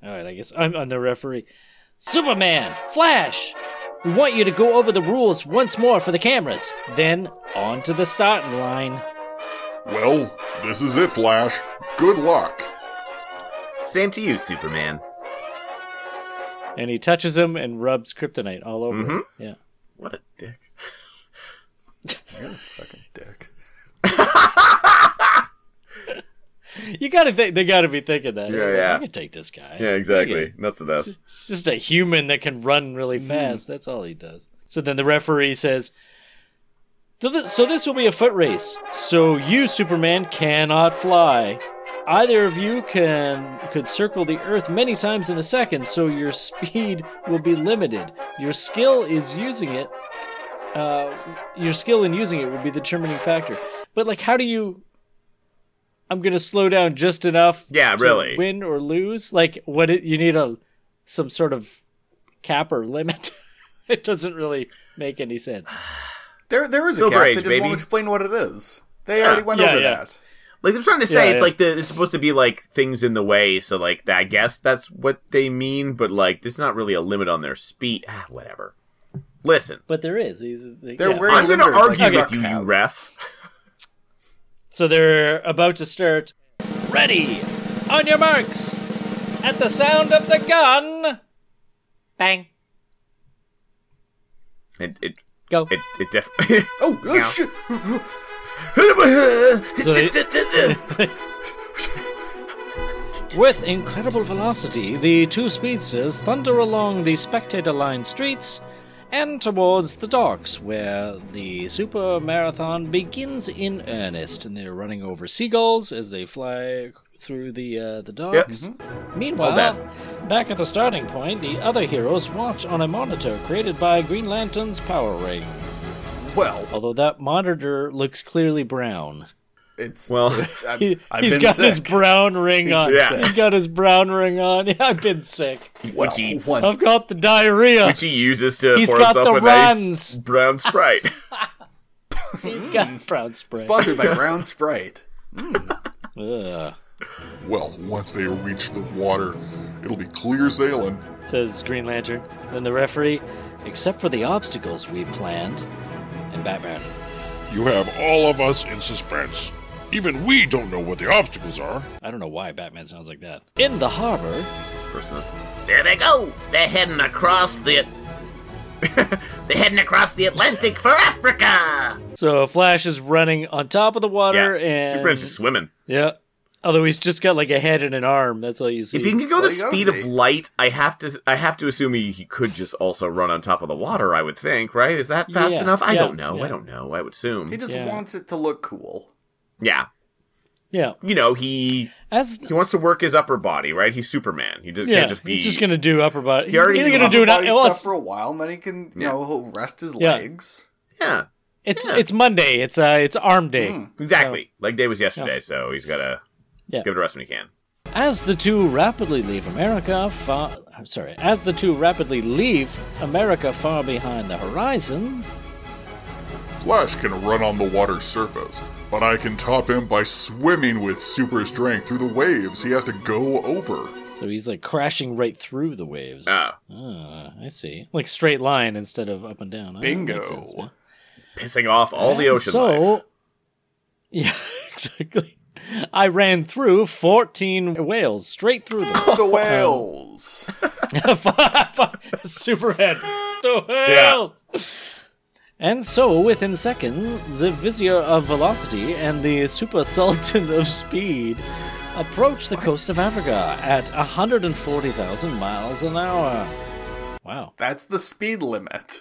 [SPEAKER 1] All right, I guess I'm, I'm the referee. Superman, Flash, we want you to go over the rules once more for the cameras. Then on to the starting line.
[SPEAKER 7] Well, this is it, Flash. Good luck.
[SPEAKER 2] Same to you, Superman.
[SPEAKER 1] And he touches him and rubs kryptonite all over him.
[SPEAKER 2] Mm-hmm.
[SPEAKER 1] Yeah.
[SPEAKER 2] What a dick.
[SPEAKER 11] Fucking dick.
[SPEAKER 1] You gotta think they gotta be thinking that.
[SPEAKER 2] Yeah, yeah.
[SPEAKER 1] I can take this guy.
[SPEAKER 2] Yeah, exactly. Nuts to this.
[SPEAKER 1] It's just a human that can run really
[SPEAKER 2] Mm.
[SPEAKER 1] fast. That's all he does. So then the referee says, "Th- th- "So this will be a foot race. So you, Superman, cannot fly. Either of you can could circle the Earth many times in a second, so your speed will be limited. Your skill is using it. Uh, your skill in using it will be the determining factor. But like, how do you?" I'm gonna slow down just enough.
[SPEAKER 2] Yeah,
[SPEAKER 1] to
[SPEAKER 2] really.
[SPEAKER 1] Win or lose. Like, what? It, you need a some sort of cap or limit. it doesn't really make any sense.
[SPEAKER 11] There, there is a
[SPEAKER 2] Silver
[SPEAKER 11] cap.
[SPEAKER 2] Age,
[SPEAKER 11] they just
[SPEAKER 2] baby.
[SPEAKER 11] won't explain what it is. They already went
[SPEAKER 1] Ah, Yeah,
[SPEAKER 11] over
[SPEAKER 1] yeah.
[SPEAKER 11] that.
[SPEAKER 2] Like I'm trying to say,
[SPEAKER 1] Yeah,
[SPEAKER 2] it's
[SPEAKER 1] yeah.
[SPEAKER 2] like the it's supposed to be like things in the way. So like that, I guess that's what they mean. But like, there's not really a limit on their speed. Ah, whatever. Listen,
[SPEAKER 1] But there is. He's,
[SPEAKER 11] They're
[SPEAKER 1] yeah.
[SPEAKER 11] wearing
[SPEAKER 2] I'm going to
[SPEAKER 11] limbers like
[SPEAKER 2] argue with
[SPEAKER 11] trucks
[SPEAKER 2] you, you
[SPEAKER 11] have.
[SPEAKER 2] ref.
[SPEAKER 1] So they're about to start. Ready! On your marks! At the sound of the gun! Bang.
[SPEAKER 2] It it
[SPEAKER 1] Go.
[SPEAKER 2] it, it definitely.
[SPEAKER 11] Oh, oh shit!
[SPEAKER 1] So they- With incredible velocity, the two speedsters thunder along the spectator lined streets and towards the docks, where the super marathon begins in earnest. And they're running over seagulls as they fly through the uh, the docks. Meanwhile, back at the starting point, the other heroes watch on a monitor created by Green Lantern's power ring.
[SPEAKER 11] Well,
[SPEAKER 1] Although that monitor looks clearly brown.
[SPEAKER 11] it's
[SPEAKER 2] Well,
[SPEAKER 11] I've,
[SPEAKER 1] He,
[SPEAKER 11] I've
[SPEAKER 1] has
[SPEAKER 11] been
[SPEAKER 1] got
[SPEAKER 11] sick.
[SPEAKER 1] his brown ring on.
[SPEAKER 2] been sick.
[SPEAKER 1] He's got his brown ring on. Yeah, I've been sick.
[SPEAKER 11] well,
[SPEAKER 2] Wiki.
[SPEAKER 11] one-
[SPEAKER 1] I've got the diarrhea.
[SPEAKER 2] which he uses to
[SPEAKER 1] He's
[SPEAKER 2] pour
[SPEAKER 1] got
[SPEAKER 2] himself
[SPEAKER 1] the
[SPEAKER 2] a
[SPEAKER 1] runs.
[SPEAKER 2] nice brown sprite.
[SPEAKER 1] He's got brown spray.
[SPEAKER 11] sponsored by Brown Sprite.
[SPEAKER 1] Ugh.
[SPEAKER 7] Well, once they reach the water, it'll be clear sailing.
[SPEAKER 1] Says Green Lantern. Then the referee, except for the obstacles we planned. And Batman.
[SPEAKER 7] You have all of us in suspense. Even we don't know what the obstacles are.
[SPEAKER 1] I don't know why Batman sounds like that. In the harbor,
[SPEAKER 2] Person.
[SPEAKER 10] There they go. They're heading across the. They're heading across the Atlantic for Africa.
[SPEAKER 1] so Flash is running on top of the
[SPEAKER 2] Yeah,
[SPEAKER 1] water and
[SPEAKER 2] Superman's just swimming.
[SPEAKER 1] yeah, Although he's just got like a head and an arm. That's all you see.
[SPEAKER 2] If he can go the speed of light, I have to I have to assume he, he could just also run on top of the water, I would think, right? Is that fast
[SPEAKER 1] Yeah,
[SPEAKER 2] enough? I
[SPEAKER 1] yeah,
[SPEAKER 2] don't know.
[SPEAKER 1] yeah.
[SPEAKER 2] I don't know. I would assume.
[SPEAKER 11] He just
[SPEAKER 1] Yeah.
[SPEAKER 11] wants it to look cool.
[SPEAKER 2] Yeah.
[SPEAKER 1] Yeah.
[SPEAKER 2] You know, he
[SPEAKER 1] As
[SPEAKER 2] he wants to work his upper body, right? He's Superman. He just,
[SPEAKER 1] yeah,
[SPEAKER 2] can't just be
[SPEAKER 1] he's just gonna do upper body.
[SPEAKER 2] He
[SPEAKER 1] He's
[SPEAKER 2] already
[SPEAKER 1] either
[SPEAKER 2] do
[SPEAKER 1] gonna
[SPEAKER 11] Upper
[SPEAKER 1] do an
[SPEAKER 11] body
[SPEAKER 1] well,
[SPEAKER 11] stuff
[SPEAKER 1] it's,
[SPEAKER 11] for a while, and then he can, you know, he'll rest his
[SPEAKER 1] Yeah.
[SPEAKER 11] legs.
[SPEAKER 2] Yeah.
[SPEAKER 1] it's
[SPEAKER 2] Yeah.
[SPEAKER 1] it's Monday. It's uh it's arm day.
[SPEAKER 2] Hmm. Exactly. Leg day was yesterday, so he's gotta
[SPEAKER 1] Yeah.
[SPEAKER 2] give it a rest when he can.
[SPEAKER 1] As the two rapidly leave America, far, I'm sorry, as the two rapidly leave America far behind the horizon,
[SPEAKER 13] Flash can run on the water's surface, but I can top him by swimming with super strength through the waves he has to go over.
[SPEAKER 1] so he's like crashing right through the waves.
[SPEAKER 2] Ah.
[SPEAKER 1] Ah, I see. Like straight line instead of up and down. Ah, that
[SPEAKER 11] Bingo.
[SPEAKER 1] makes sense, yeah.
[SPEAKER 2] Pissing off all the
[SPEAKER 1] And
[SPEAKER 2] ocean
[SPEAKER 1] So,
[SPEAKER 2] life.
[SPEAKER 1] yeah, exactly. I ran through 14 whales, straight through them.
[SPEAKER 11] The whales.
[SPEAKER 1] Superhead. The whales! And so, within seconds, the Vizier of Velocity and the Super Sultan of Speed approach the coast of Africa at 140,000 miles an hour. Wow.
[SPEAKER 11] That's the speed limit.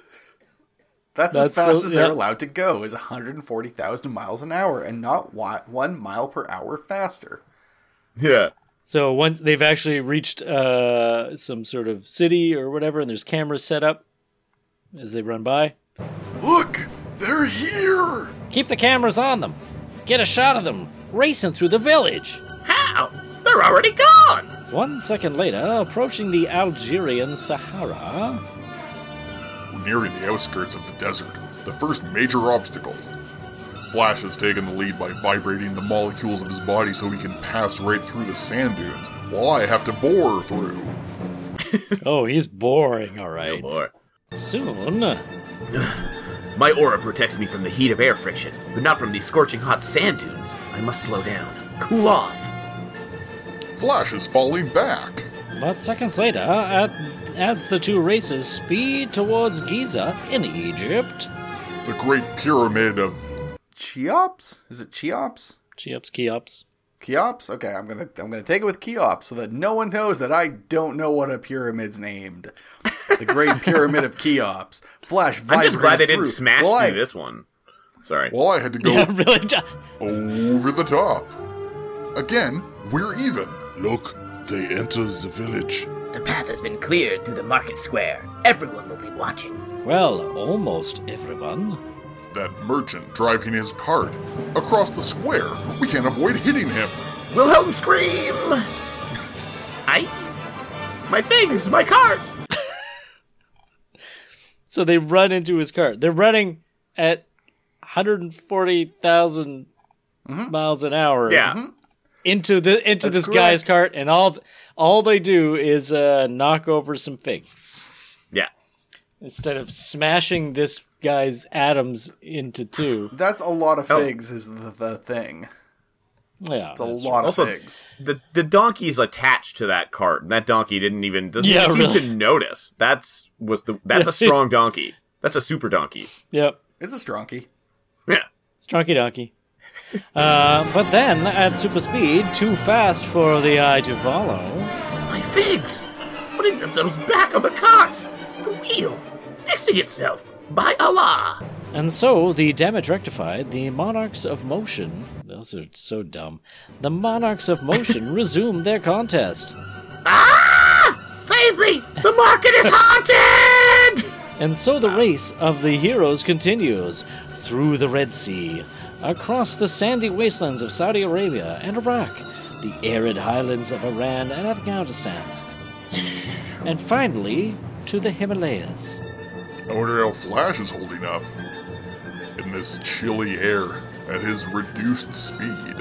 [SPEAKER 11] That's,
[SPEAKER 1] That's
[SPEAKER 11] as fast
[SPEAKER 1] the-
[SPEAKER 11] as they're
[SPEAKER 1] yeah.
[SPEAKER 11] allowed to go is 140,000 miles an hour and not wa- one mile per hour faster.
[SPEAKER 2] Yeah.
[SPEAKER 1] So once they've actually reached uh, some sort of city or whatever, and there's cameras set up as they run by.
[SPEAKER 13] Look, they're here.
[SPEAKER 1] Keep the cameras on them. Get a shot of them racing through the village.
[SPEAKER 10] How? They're already gone!
[SPEAKER 1] One second later, approaching the Algerian Sahara.
[SPEAKER 13] We're nearing the outskirts of the desert, the first major obstacle. Flash has taken the lead by vibrating the molecules of his body so he can pass right through the sand dunes, while I have to bore through.
[SPEAKER 1] Oh, he's boring, all right.
[SPEAKER 2] Boy.
[SPEAKER 1] Soon,
[SPEAKER 2] My aura protects me from the heat of air friction, but not from these scorching hot sand dunes. I must slow down. Cool off.
[SPEAKER 13] Flash is falling back.
[SPEAKER 1] but seconds later, at, as the two races speed towards Giza in Egypt,
[SPEAKER 13] The Great Pyramid of
[SPEAKER 11] Cheops? Is it Cheops?
[SPEAKER 1] Cheops, Cheops.
[SPEAKER 11] Cheops? Okay, I'm gonna I'm gonna take it with Cheops so that no one knows that I don't know what a pyramid's named. The Great Pyramid of Cheops. Flash
[SPEAKER 2] I'm just glad they
[SPEAKER 11] vibrated
[SPEAKER 2] didn't
[SPEAKER 11] through.
[SPEAKER 2] smash
[SPEAKER 11] Well, I-
[SPEAKER 2] through this one. Sorry.
[SPEAKER 13] Well, I had to go
[SPEAKER 1] really? d-
[SPEAKER 13] over the top. Again, we're even.
[SPEAKER 7] Look, they enter the village.
[SPEAKER 14] The path has been cleared through the market square. Everyone will be watching.
[SPEAKER 1] Well, almost everyone.
[SPEAKER 13] That merchant driving his cart across the square. We can't avoid hitting him.
[SPEAKER 10] Wilhelm scream! I. My things, my cart!
[SPEAKER 1] So they run into his car. They're running at 140,000 miles an hour.
[SPEAKER 2] Yeah.
[SPEAKER 1] Into the into
[SPEAKER 11] Mm-hmm. That's
[SPEAKER 1] this guy's cart, and all all they do is uh, knock over some figs
[SPEAKER 2] Yeah.
[SPEAKER 1] instead of smashing this guy's atoms into two.
[SPEAKER 11] That's a lot of
[SPEAKER 2] Oh.
[SPEAKER 11] figs is the, the thing.
[SPEAKER 1] Yeah,
[SPEAKER 11] It's a lot
[SPEAKER 2] Also,
[SPEAKER 11] of figs.
[SPEAKER 2] the the donkey's attached to that cart, and that donkey didn't even doesn't
[SPEAKER 1] Yeah,
[SPEAKER 2] even seem
[SPEAKER 1] really.
[SPEAKER 2] to notice. That's was the that's a strong donkey. That's a super donkey.
[SPEAKER 1] Yep,
[SPEAKER 11] It's a stronky.
[SPEAKER 2] Yeah.
[SPEAKER 1] it's donkey donkey. uh, but then at super speed, too fast for the eye to follow.
[SPEAKER 10] My figs! What in I was back on the cart! The wheel! Fixing itself! By Allah!
[SPEAKER 1] And so, the damage rectified, the Monarchs of Motion. Those are so dumb. The Monarchs of Motion resumed their contest.
[SPEAKER 10] Ah! Save me! The market is haunted!
[SPEAKER 1] And so, the race of the heroes continues through the Red Sea, across the sandy wastelands of Saudi Arabia and Iraq, the arid highlands of Iran and Afghanistan, and finally to the Himalayas.
[SPEAKER 13] I wonder how Flash is holding up in this chilly air at his reduced speed.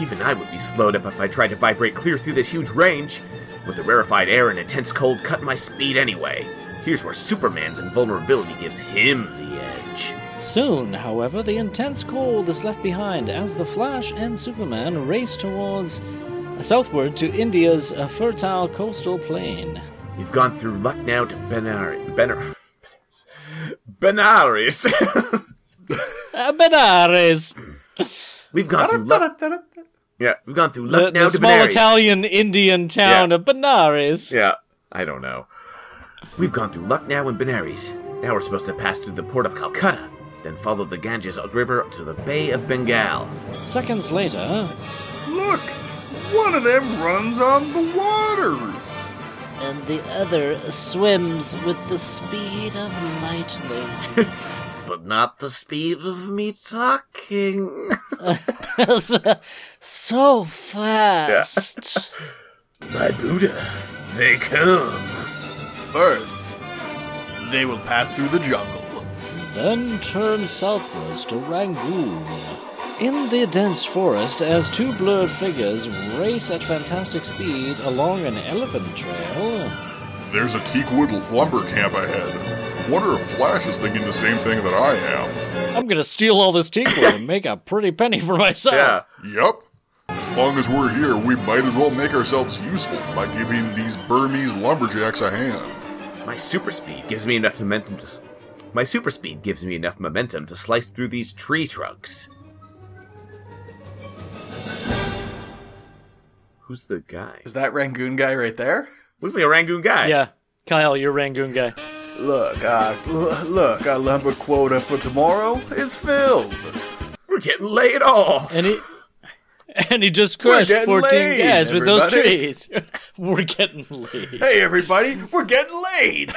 [SPEAKER 2] Even I would be slowed up if I tried to vibrate clear through this huge range. With the rarefied air and intense cold cut my speed anyway. Here's where Superman's invulnerability gives him the edge.
[SPEAKER 1] Soon, however, the intense cold is left behind as the Flash and Superman race towards uh, southward to India's uh, fertile coastal plain.
[SPEAKER 2] You've gone through Lucknow to Benari Benar Benares.
[SPEAKER 1] Uh, Benares.
[SPEAKER 2] We've gone through Luck- Yeah, we've gone through
[SPEAKER 1] The,
[SPEAKER 2] Lucknow
[SPEAKER 1] the
[SPEAKER 2] to
[SPEAKER 1] small
[SPEAKER 2] Benares.
[SPEAKER 1] Italian Indian town of Benares.
[SPEAKER 2] Yeah, I don't know. We've gone through Lucknow and Benares. Now we're supposed to pass through the port of Calcutta, then follow the Ganges River to the Bay of Bengal.
[SPEAKER 1] Seconds later.
[SPEAKER 15] Look, one of them runs on the waters.
[SPEAKER 16] And the other swims with the speed of lightning.
[SPEAKER 2] But not the speed of me talking.
[SPEAKER 16] so fast.
[SPEAKER 2] My Buddha, they come.
[SPEAKER 3] First, they will pass through the jungle.
[SPEAKER 1] Then turn southwards to Rangoon. In the dense forest, as two blurred figures race at fantastic speed along an elephant trail.
[SPEAKER 13] There's a teakwood lumber camp ahead. Wonder if Flash is thinking the same thing that I am.
[SPEAKER 1] I'm gonna steal all this teakwood and make a pretty penny for myself.
[SPEAKER 13] Yep. As long as we're here, we might as well make ourselves useful by giving these Burmese lumberjacks a hand.
[SPEAKER 2] My super speed gives me enough momentum to. s- My super speed gives me enough momentum to slice through these tree trunks. Who's the guy?
[SPEAKER 3] Is that Rangoon guy right there?
[SPEAKER 2] Looks like a Rangoon guy.
[SPEAKER 1] Yeah, Kyle, you're Rangoon guy.
[SPEAKER 3] Look, uh, l- look, our lumber quota for tomorrow is filled.
[SPEAKER 2] We're getting laid off.
[SPEAKER 1] And he, and he just
[SPEAKER 3] We're
[SPEAKER 1] crushed
[SPEAKER 3] getting
[SPEAKER 1] 14
[SPEAKER 3] laid,
[SPEAKER 1] guys with those
[SPEAKER 3] everybody.
[SPEAKER 1] trees. We're getting laid.
[SPEAKER 3] Hey, everybody, we're getting laid.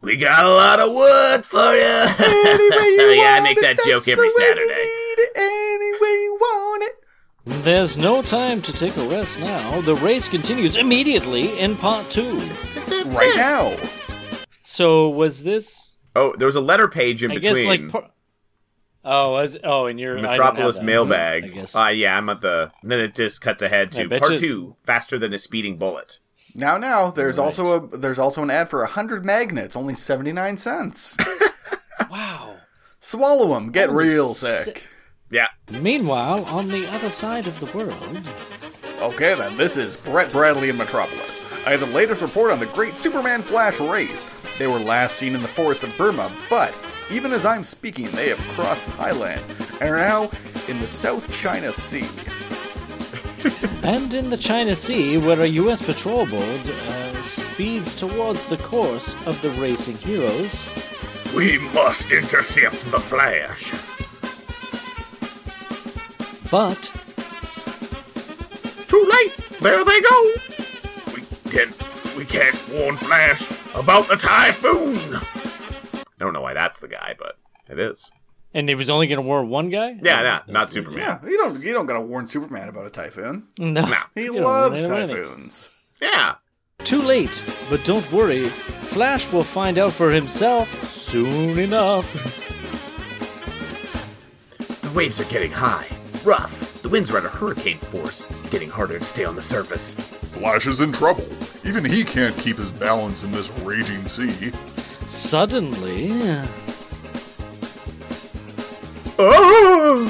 [SPEAKER 2] We got a lot of wood for you. yeah, I make that joke every Saturday.
[SPEAKER 1] There's no time to take a rest now. The race continues immediately in part two.
[SPEAKER 3] Right now.
[SPEAKER 1] So was this?
[SPEAKER 2] Oh, there was a letter page in
[SPEAKER 1] I
[SPEAKER 2] between.
[SPEAKER 1] guess like. Par- oh, as oh, and you're
[SPEAKER 2] Metropolis
[SPEAKER 1] I don't have that.
[SPEAKER 2] mailbag.
[SPEAKER 1] I guess.
[SPEAKER 2] Uh, yeah, I'm at the. And then it just cuts ahead
[SPEAKER 1] I
[SPEAKER 2] to
[SPEAKER 1] bet
[SPEAKER 2] part
[SPEAKER 1] you it's-
[SPEAKER 2] two: faster than a speeding bullet.
[SPEAKER 3] Now, now, there's also a there's also an ad for hundred magnets, only seventy nine cents. wow! Swallow them, get
[SPEAKER 1] Holy
[SPEAKER 3] real
[SPEAKER 1] si-
[SPEAKER 3] sick.
[SPEAKER 2] Yeah.
[SPEAKER 1] Meanwhile, on the other side of the world,
[SPEAKER 3] Okay, then, this is Brett Bradley in Metropolis. I have the latest report on the great Superman Flash race. They were last seen in the forests of Burma, but even as I'm speaking, they have crossed Thailand and are now in the South China Sea.
[SPEAKER 1] and in the China Sea, where a U.S. patrol boat uh, speeds towards the course of the racing heroes,
[SPEAKER 17] We must intercept the Flash.
[SPEAKER 1] but
[SPEAKER 17] Too late. There they go. We can we can't warn Flash about the typhoon.
[SPEAKER 2] I don't know why that's the guy, but it is.
[SPEAKER 1] and he was only going to warn one guy.
[SPEAKER 2] Yeah, nah, not Superman.
[SPEAKER 3] Yeah, you don't you don't gotta warn Superman about a typhoon.
[SPEAKER 1] No.
[SPEAKER 3] he
[SPEAKER 1] You don't
[SPEAKER 3] loves
[SPEAKER 1] let him in.
[SPEAKER 3] typhoons.
[SPEAKER 2] Yeah.
[SPEAKER 1] Too late, but don't worry. Flash will find out for himself soon enough.
[SPEAKER 2] The waves are getting high, rough. The winds are at a hurricane force. It's getting harder to stay on the surface.
[SPEAKER 13] Flash is in trouble. Even he can't keep his balance in this raging sea.
[SPEAKER 1] Suddenly.
[SPEAKER 13] Oh!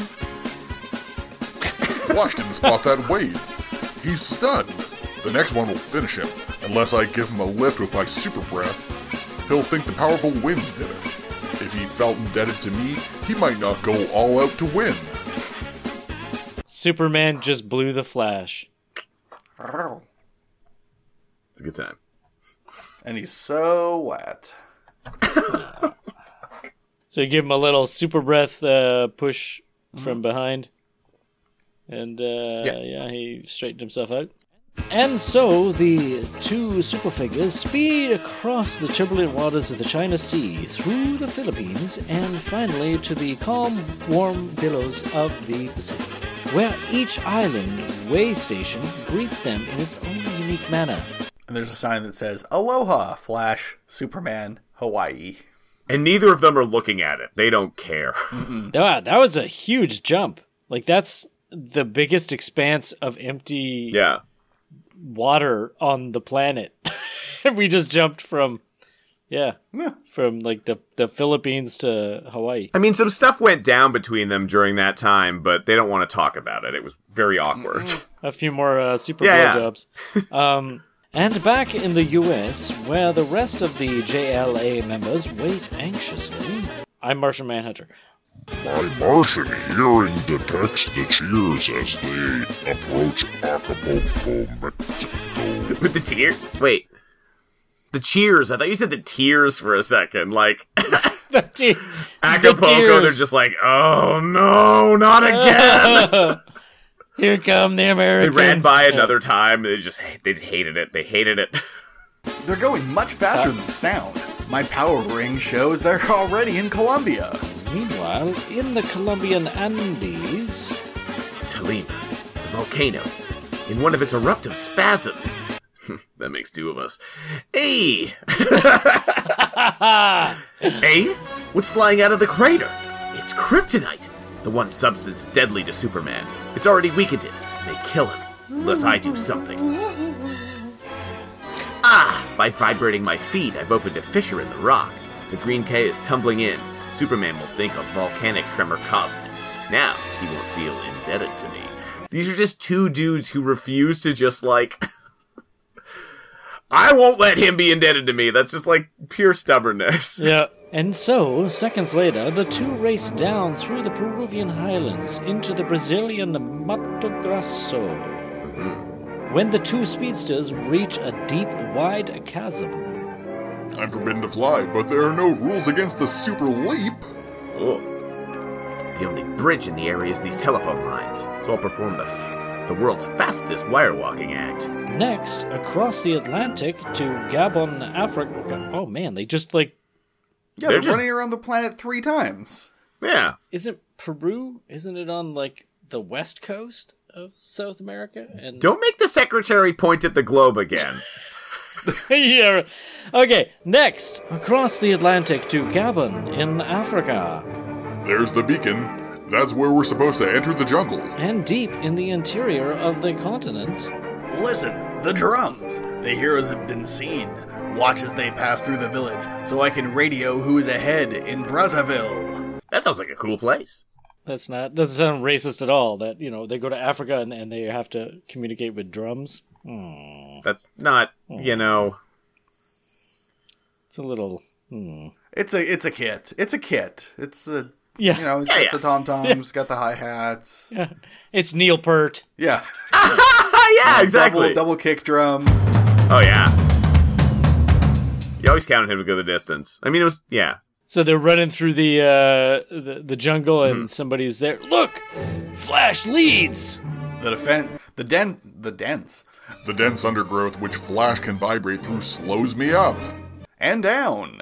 [SPEAKER 13] Flash didn't spot that wave. He's stunned. The next one will finish him, unless I give him a lift with my super breath. He'll think the powerful winds did it. If he felt indebted to me, he might not go all out to win.
[SPEAKER 1] Superman just blew the Flash.
[SPEAKER 2] It's a good time.
[SPEAKER 3] And he's so wet.
[SPEAKER 1] So you give him a little super breath uh, push from behind. And uh, yeah. he straightened himself out. And so the two super figures speed across the turbulent waters of the China Sea, through the Philippines, and finally to the calm, warm billows of the Pacific, where each island way station greets them in its own unique manner.
[SPEAKER 3] And there's a sign that says Aloha, Flash, Superman, Hawaii.
[SPEAKER 2] And neither of them are looking at it. They don't care.
[SPEAKER 1] Wow, that was a huge jump. Like that's the biggest expanse of empty
[SPEAKER 2] yeah.
[SPEAKER 1] water on the planet. we just jumped from yeah, from like the the Philippines to Hawaii.
[SPEAKER 2] I mean, some stuff went down between them during that time, but they don't want to talk about it. It was very awkward.
[SPEAKER 1] A few more uh, super
[SPEAKER 2] Yeah, yeah.
[SPEAKER 1] blowjobs. um, and back in the U.S., where the rest of the JLA members wait anxiously, I'm Martian Manhunter.
[SPEAKER 5] My Martian hearing detects the cheers as they approach Acapulco, Mexico.
[SPEAKER 2] With the tear? Wait. The cheers. I thought you said the tears for a second. Like
[SPEAKER 1] the te-
[SPEAKER 2] Acapulco,
[SPEAKER 1] tears.
[SPEAKER 2] they're just like, oh no, not again.
[SPEAKER 1] Here come the
[SPEAKER 2] they
[SPEAKER 1] Americans.
[SPEAKER 2] ran by another time. They just they hated it. They hated it.
[SPEAKER 3] They're going much faster than sound. My power ring shows they're already in Colombia.
[SPEAKER 1] Meanwhile, in the Colombian Andes.
[SPEAKER 2] Talima, the volcano, in one of its eruptive spasms. that makes two of us. Hey! hey? Eh? What's flying out of the crater? It's kryptonite, the one substance deadly to Superman. It's already weakened him. They kill him, unless I do something. Ah! By vibrating my feet, I've opened a fissure in the rock. The green K is tumbling in. Superman will think a volcanic tremor caused it. Now, he won't feel indebted to me. These are just two dudes who refuse to just, like. I won't let him be indebted to me. That's just, like, pure stubbornness.
[SPEAKER 1] Yeah. And so, seconds later, the two race down through the Peruvian highlands into the Brazilian Mato Grosso. When the two speedsters reach a deep, wide chasm.
[SPEAKER 13] I'm forbidden to fly, but there are no rules against the super leap.
[SPEAKER 2] Oh. The only bridge in the area is these telephone lines, so I'll perform the, f- the world's fastest wire walking act.
[SPEAKER 1] Next, across the Atlantic to Gabon, Africa. Oh man, they just like.
[SPEAKER 3] Yeah, they're, running around the planet three times.
[SPEAKER 2] Yeah.
[SPEAKER 1] Isn't Peru? Isn't it on like the west coast of South America? And
[SPEAKER 2] Don't make the secretary point at the globe again.
[SPEAKER 1] yeah. Okay, next, across the Atlantic to Gabon in Africa,
[SPEAKER 13] There's the beacon. That's where we're supposed to enter the jungle.
[SPEAKER 1] and deep in the interior of the continent.
[SPEAKER 18] Listen, the drums! The heroes have been seen. Watch as they pass through the village so I can radio who's ahead in Brazzaville.
[SPEAKER 2] That sounds like a cool place.
[SPEAKER 1] That's not doesn't sound racist at all. That you know they go to Africa and, and they have to communicate with drums. Hmm,
[SPEAKER 2] That's not, you know.
[SPEAKER 1] it's a little. Hmm.
[SPEAKER 3] It's a it's a kit. It's a kit. It's a
[SPEAKER 1] Yeah.
[SPEAKER 3] You know, it's
[SPEAKER 1] Yeah,
[SPEAKER 3] got
[SPEAKER 1] yeah.
[SPEAKER 3] the tom toms, got the hi hats. Yeah.
[SPEAKER 1] It's Neil Peart.
[SPEAKER 2] yeah, exactly.
[SPEAKER 3] Double, double kick drum.
[SPEAKER 2] Oh, yeah. You always counted him to go the distance. I mean, it was, yeah.
[SPEAKER 1] So they're running through the uh, the, the jungle,
[SPEAKER 3] Hmm.
[SPEAKER 1] and somebody's there. Look, Flash leads.
[SPEAKER 3] The defense, the den, the dense,
[SPEAKER 13] The dense undergrowth which Flash can vibrate through slows me up.
[SPEAKER 3] And down.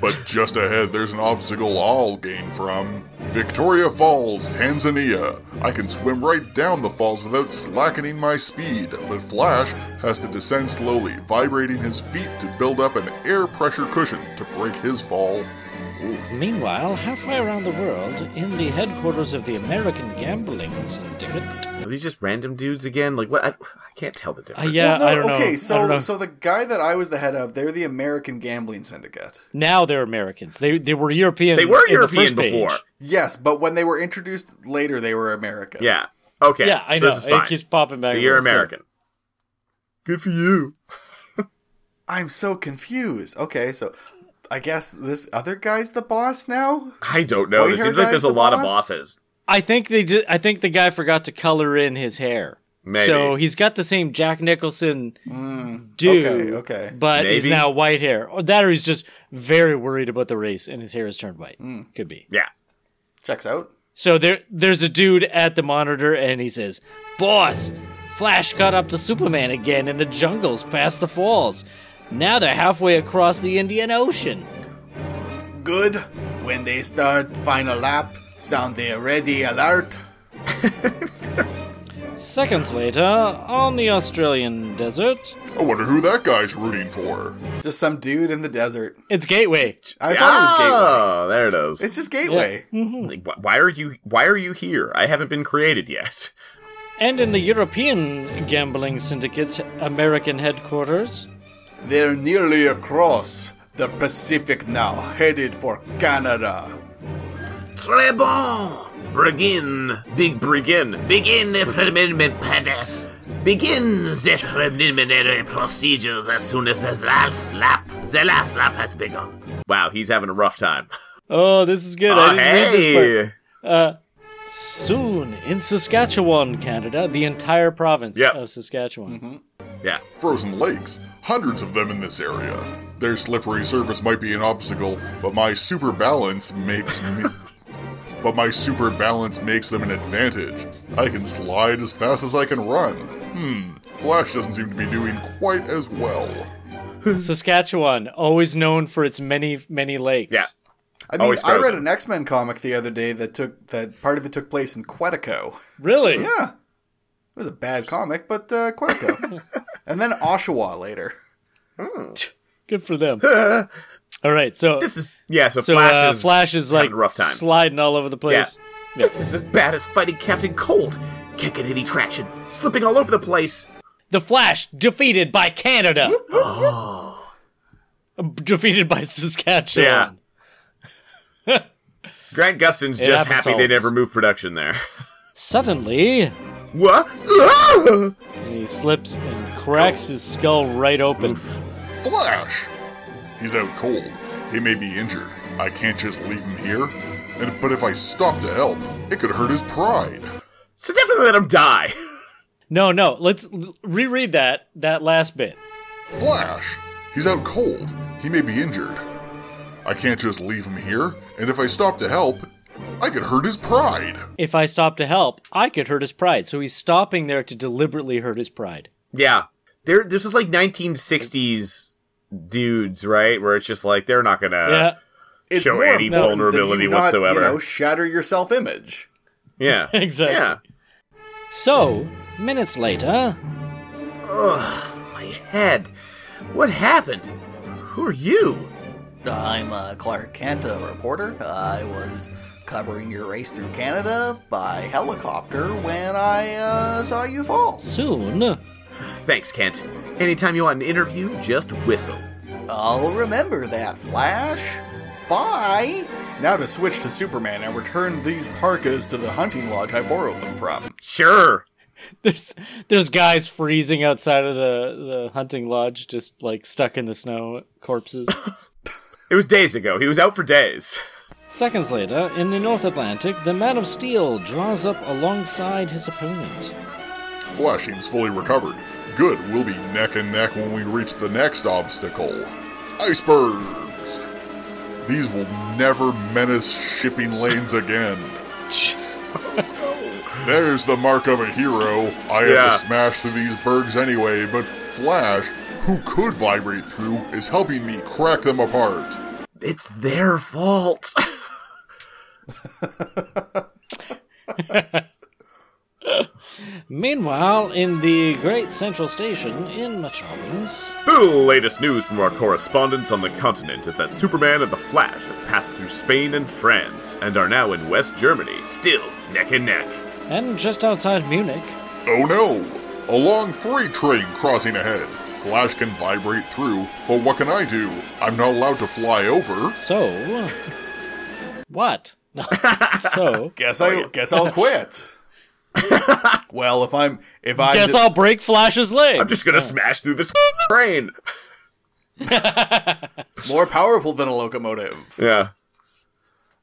[SPEAKER 13] but just ahead, there's an obstacle I'll gain from Victoria Falls, Tanzania. I can swim right down the falls without slackening my speed, but Flash has to descend slowly, vibrating his feet to build up an air pressure cushion to break his fall.
[SPEAKER 1] Meanwhile, halfway around the world, in the headquarters of the American Gambling Syndicate.
[SPEAKER 2] Are these just random dudes again? Like, what? I, I can't tell the difference.
[SPEAKER 1] Uh, yeah, I don't know.
[SPEAKER 3] Oh, okay,
[SPEAKER 1] I
[SPEAKER 3] so
[SPEAKER 1] don't know.
[SPEAKER 3] so the guy that I was the head of, they're the American Gambling Syndicate.
[SPEAKER 1] Now they're Americans. They they were European. in the first page.
[SPEAKER 3] Yes, but when they were introduced later, they were American.
[SPEAKER 2] Yeah. Okay.
[SPEAKER 1] Yeah, I
[SPEAKER 2] so
[SPEAKER 1] know.
[SPEAKER 2] This is
[SPEAKER 1] It
[SPEAKER 2] fine.
[SPEAKER 1] keeps popping back
[SPEAKER 2] So you're
[SPEAKER 1] up, so-
[SPEAKER 2] American. Good for you.
[SPEAKER 3] I'm so confused. Okay, so I guess this other guy's the boss now.
[SPEAKER 2] I don't know. It
[SPEAKER 3] White-haired
[SPEAKER 2] seems like there's
[SPEAKER 3] guy's
[SPEAKER 2] a
[SPEAKER 3] the
[SPEAKER 2] lot of
[SPEAKER 3] boss?
[SPEAKER 2] bosses.
[SPEAKER 1] I think they did, I think the guy forgot to color in his hair.
[SPEAKER 2] Maybe.
[SPEAKER 1] So he's got the same Jack Nicholson do,
[SPEAKER 3] Mm, okay, okay.
[SPEAKER 1] but he's
[SPEAKER 2] Maybe.
[SPEAKER 1] now white hair. Or that, or he's just very worried about the race, and his hair is turned white.
[SPEAKER 3] Mm.
[SPEAKER 1] Could be.
[SPEAKER 2] Yeah.
[SPEAKER 3] Checks out.
[SPEAKER 1] So there, there's a dude at the monitor, and he says, "Boss, Flash caught up to Superman again in the jungles past the falls. Now they're halfway across the Indian Ocean."
[SPEAKER 18] Good. When they start final lap, sound the ready alert.
[SPEAKER 1] Seconds later, on the Australian desert,
[SPEAKER 13] I wonder who that guy's rooting for.
[SPEAKER 3] Just some dude in the desert.
[SPEAKER 1] it's Gateway.
[SPEAKER 3] I thought it was Gateway.
[SPEAKER 2] Oh, there it is.
[SPEAKER 3] It's just Gateway.
[SPEAKER 2] Like, wh- why are you? Why are you here? I haven't been created yet.
[SPEAKER 1] And in the European gambling syndicate's American headquarters,
[SPEAKER 18] They're nearly across the Pacific now, headed for Canada.
[SPEAKER 2] Très bon. Begin, big begin,
[SPEAKER 19] Begin the preliminary pad- Begin the preliminary procedures as soon as the last lap, the last lap has begun.
[SPEAKER 2] Wow, he's having a rough time.
[SPEAKER 1] Oh, this is good. I
[SPEAKER 2] Ah,
[SPEAKER 1] didn't read
[SPEAKER 2] hey.
[SPEAKER 1] this part. Uh, soon in Saskatchewan, Canada, the entire province
[SPEAKER 13] Yep.
[SPEAKER 1] of Saskatchewan.
[SPEAKER 2] Mm-hmm. Yeah.
[SPEAKER 13] Frozen lakes, hundreds of them in this area. Their slippery surface might be an obstacle, but my super balance makes me. but my super balance makes them an advantage. I can slide as fast as I can run. Hmm, Flash doesn't seem to be doing quite as well.
[SPEAKER 1] Saskatchewan, always known for its many, many lakes. Yeah.
[SPEAKER 3] I mean, I read an X Men comic the other day that took that part of it took place in Quetico.
[SPEAKER 1] Really?
[SPEAKER 3] Yeah. It was a bad comic, but uh, Quetico, and then Oshawa later.
[SPEAKER 1] Good for them. all right, so
[SPEAKER 2] This is- yeah, so
[SPEAKER 1] uh,
[SPEAKER 2] Flash is
[SPEAKER 1] Flash is
[SPEAKER 2] having
[SPEAKER 1] like
[SPEAKER 2] a rough time.
[SPEAKER 1] sliding all over the place.
[SPEAKER 2] This
[SPEAKER 1] is
[SPEAKER 2] as
[SPEAKER 20] bad as fighting Captain Cold. Can't get any traction. Slipping all over the place.
[SPEAKER 1] The Flash defeated by Canada. Defeated by Saskatchewan.
[SPEAKER 2] Oh. Yeah. Grant Gustin's
[SPEAKER 1] It
[SPEAKER 2] just
[SPEAKER 1] happens
[SPEAKER 2] happy they
[SPEAKER 1] always.
[SPEAKER 2] never moved production there.
[SPEAKER 1] Suddenly,
[SPEAKER 2] what?
[SPEAKER 1] and he slips and cracks his skull right open.
[SPEAKER 13] Flash! He's out cold. He may be injured. I can't just leave him here. And, but if I stop to help, it could hurt his pride.
[SPEAKER 2] So definitely let him die.
[SPEAKER 1] No, no. Let's l- reread that that last bit.
[SPEAKER 13] Flash! He's out cold. He may be injured. I can't just leave him here, and if I stop to help, I could hurt his pride.
[SPEAKER 1] If I stop to help, I could hurt his pride. So he's stopping there to deliberately hurt his pride.
[SPEAKER 2] Yeah. There, this is like 1960s dudes, right? Where it's just like they're not gonna show any
[SPEAKER 3] important that you
[SPEAKER 2] vulnerability
[SPEAKER 3] not,
[SPEAKER 2] whatsoever.
[SPEAKER 3] You know, shatter your self image.
[SPEAKER 2] yeah,
[SPEAKER 1] exactly.
[SPEAKER 2] Yeah.
[SPEAKER 1] So minutes later,
[SPEAKER 20] Ugh, my head. What happened? Who are you?
[SPEAKER 21] I'm uh, Clark Kent, a reporter. I was covering your race through Canada by helicopter when I uh, saw you fall.
[SPEAKER 1] Soon.
[SPEAKER 2] Thanks, Kent. Anytime you want an interview, just whistle.
[SPEAKER 21] I'll remember that, Flash. Bye!
[SPEAKER 3] Now to switch to Superman and return these parkas to the hunting lodge I borrowed them from.
[SPEAKER 2] Sure.
[SPEAKER 1] there's there's guys freezing outside of the the hunting lodge, just like stuck in the snow, corpses.
[SPEAKER 2] It was days ago. He was out for days.
[SPEAKER 1] Seconds later, in the North Atlantic, the Man of Steel draws up alongside his opponent.
[SPEAKER 13] Flash seems fully recovered. Good, we'll be neck and neck when we reach the next obstacle icebergs. These will never menace shipping lanes again. There's the mark of a hero. I have
[SPEAKER 22] Yeah.
[SPEAKER 13] to smash through these bergs anyway, but Flash, who could vibrate through, is helping me crack them apart.
[SPEAKER 2] It's their fault.
[SPEAKER 1] Meanwhile, in the Great Central Station in Metropolis,
[SPEAKER 2] The latest news from our correspondents on the continent is that Superman and the Flash have passed through Spain and France and are now in West Germany, still neck and neck.
[SPEAKER 1] and just outside Munich,
[SPEAKER 13] Oh no! A long freight train crossing ahead. Flash can vibrate through, but what can I do? I'm not allowed to fly over.
[SPEAKER 1] So. what? so
[SPEAKER 3] guess I guess I'll quit. well, if I'm if I
[SPEAKER 1] guess I'll break Flash's leg.
[SPEAKER 2] I'm just gonna smash through this train.
[SPEAKER 3] more powerful than a locomotive,
[SPEAKER 2] Yeah.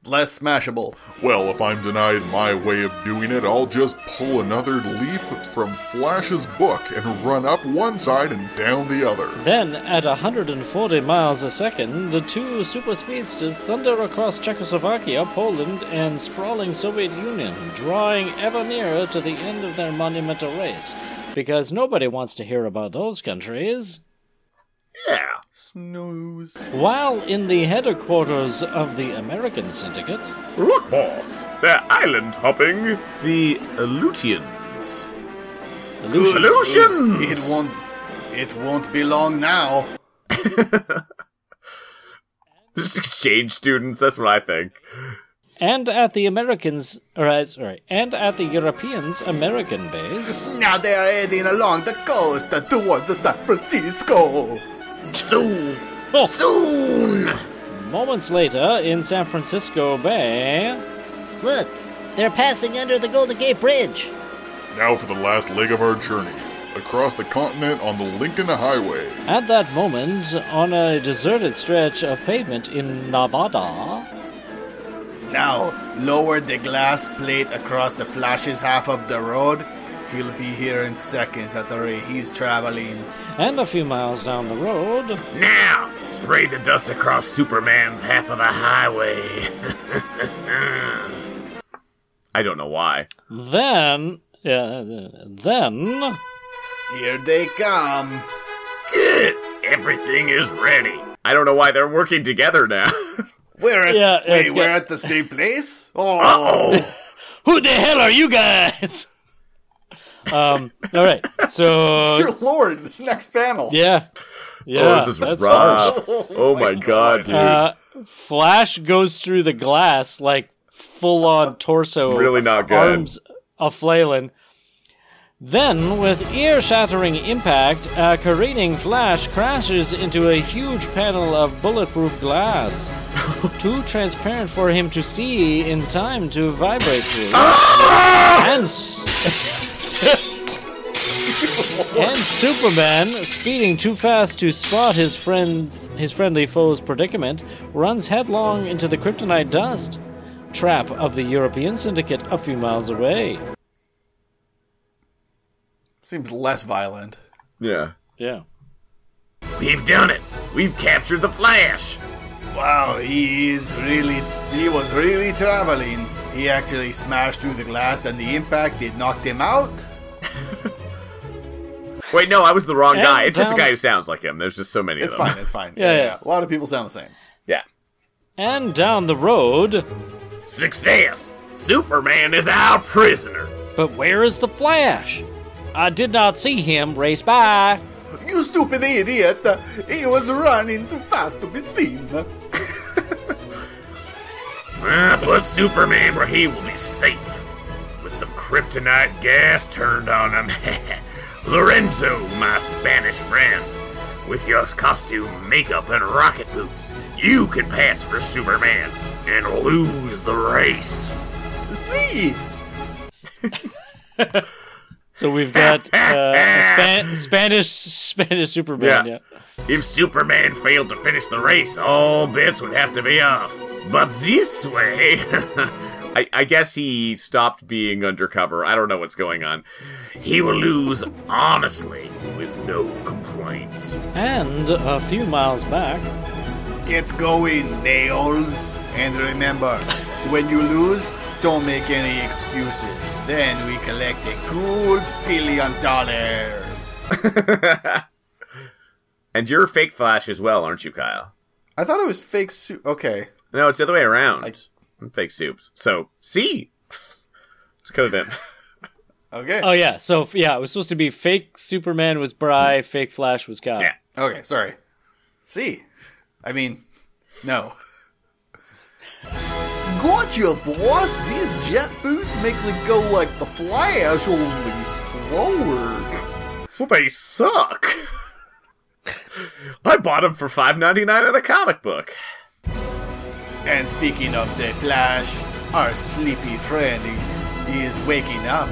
[SPEAKER 3] less smashable.
[SPEAKER 13] Well, if I'm denied my way of doing it, I'll just pull another leaf from Flash's book and run up one side and down the other.
[SPEAKER 1] Then, at 140 miles a second, the two super speedsters thunder across Czechoslovakia, Poland, and sprawling Soviet Union, drawing ever nearer to the end of their monumental race. Because nobody wants to hear about those countries.
[SPEAKER 2] Yeah.
[SPEAKER 3] Snooze.
[SPEAKER 1] While in the headquarters of the American Syndicate,
[SPEAKER 2] Look, boss, they're island hopping. The Aleutians. Illusions!
[SPEAKER 3] It won't. It won't be long now.
[SPEAKER 2] Just exchange students, that's what I think.
[SPEAKER 1] and at the Americans, or uh, sorry, and at the Europeans' American base.
[SPEAKER 21] Now they are heading along the coast towards San Francisco.
[SPEAKER 20] Soon.
[SPEAKER 2] Oh.
[SPEAKER 1] Soon! Moments later, in San Francisco Bay.
[SPEAKER 23] Look, they're passing under the Golden Gate Bridge.
[SPEAKER 13] Now for the last leg of our journey across the continent on the Lincoln Highway.
[SPEAKER 1] At that moment, on a deserted stretch of pavement in Nevada,
[SPEAKER 3] Now, lower the glass plate across the Flash's half of the road. He'll be here in seconds at the rate he's traveling.
[SPEAKER 1] And a few miles down the road.
[SPEAKER 2] Now, spray the dust across Superman's half of the highway.
[SPEAKER 24] I don't know why.
[SPEAKER 1] Then, yeah, then.
[SPEAKER 3] Here they come.
[SPEAKER 2] Good. Everything is ready. Oh.
[SPEAKER 24] I don't know why they're working together now.
[SPEAKER 3] We're at,
[SPEAKER 1] Yeah,
[SPEAKER 3] wait,
[SPEAKER 1] it's
[SPEAKER 3] we're
[SPEAKER 1] got-
[SPEAKER 3] at the same place? Oh.
[SPEAKER 1] Who the hell are you guys? um. All right. So.
[SPEAKER 11] Dear Lord, this next panel.
[SPEAKER 1] Yeah.
[SPEAKER 24] oh,
[SPEAKER 1] Yeah.
[SPEAKER 24] this is
[SPEAKER 1] that's
[SPEAKER 24] rough.
[SPEAKER 1] harsh.
[SPEAKER 24] Oh, my god, dude.
[SPEAKER 1] Uh, Flash goes through the glass like full on torso.
[SPEAKER 24] Really not good.
[SPEAKER 1] Arms a flailing. Then, with ear shattering impact, a careening Flash crashes into a huge panel of bulletproof glass. Too transparent for him to see in time to vibrate through.
[SPEAKER 24] Ah!
[SPEAKER 1] and, s- and Superman, speeding too fast to spot his friend's his friendly foe's predicament, runs headlong into the kryptonite dust trap of the European Syndicate a few miles away.
[SPEAKER 11] Seems less violent.
[SPEAKER 24] Yeah.
[SPEAKER 1] Yeah.
[SPEAKER 2] We've done it. We've captured the Flash.
[SPEAKER 3] Wow, he is really. He was really traveling. He actually smashed through the glass and the impact, it knocked him out.
[SPEAKER 24] Wait, no, I was the wrong
[SPEAKER 3] And
[SPEAKER 24] guy. It's
[SPEAKER 1] um,
[SPEAKER 24] just a
[SPEAKER 3] down-
[SPEAKER 24] guy who sounds like him. There's just so many
[SPEAKER 11] It's
[SPEAKER 24] of them.
[SPEAKER 11] fine, it's fine.
[SPEAKER 1] Yeah, yeah.
[SPEAKER 11] A lot of people sound the same.
[SPEAKER 24] Yeah.
[SPEAKER 1] And down the road.
[SPEAKER 2] Success. Superman is our prisoner.
[SPEAKER 1] But where is the Flash? I did not see him race by.
[SPEAKER 3] You stupid idiot! He was running too fast to be seen.
[SPEAKER 2] Uh, put Superman where he will be safe. With some kryptonite gas turned on him. Lorenzo, my Spanish friend, with your costume, makeup, and rocket boots, you can pass for Superman and lose the race.
[SPEAKER 3] See?
[SPEAKER 1] So we've got uh, a Span- Spanish Spanish Superman. Yeah.
[SPEAKER 2] If Superman failed to finish the race, all bets would have to be off. But this way.
[SPEAKER 24] I, I guess he stopped being undercover. I don't know what's going on.
[SPEAKER 2] He will lose honestly with no complaints.
[SPEAKER 1] And a few miles back.
[SPEAKER 3] Get going, nails! And remember, when you lose, don't make any excuses. Then we collect a cool billion dollars.
[SPEAKER 24] And you're fake Flash as well, aren't you, Kyle?
[SPEAKER 11] I thought it was fake suit. Okay.
[SPEAKER 24] No, it's the other way around. I'm fake soups. So, see? It's kind of them.
[SPEAKER 11] Okay.
[SPEAKER 1] Oh yeah. So f- yeah, it was supposed to be fake Superman was Bry, fake Flash was Kyle. Yeah.
[SPEAKER 11] Okay, sorry. See? I mean, no.
[SPEAKER 3] Gotcha, boss! These jet boots make me go like the Flash, only slower.
[SPEAKER 24] So they suck. I bought them for five ninety nine at a comic book.
[SPEAKER 3] And speaking of the Flash, our sleepy friend he is waking up.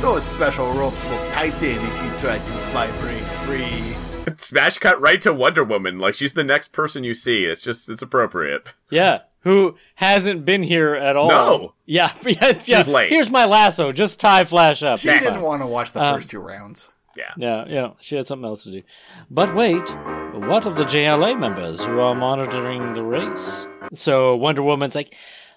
[SPEAKER 3] Those special ropes will tighten if you try to vibrate free.
[SPEAKER 24] Smash cut right to Wonder Woman. Like she's the next person you see. It's just it's appropriate.
[SPEAKER 1] Who hasn't been here at all?
[SPEAKER 24] No.
[SPEAKER 1] Yeah. yeah, yeah.
[SPEAKER 24] late.
[SPEAKER 1] Here's my lasso. Just tie Flash up.
[SPEAKER 11] She
[SPEAKER 1] That's
[SPEAKER 11] didn't
[SPEAKER 1] fine.
[SPEAKER 11] want to watch the
[SPEAKER 1] Um,
[SPEAKER 11] first two rounds.
[SPEAKER 24] Yeah.
[SPEAKER 1] Yeah, yeah, she had something else to do. But wait, what of the JLA members who are monitoring the race? So Wonder Woman's like,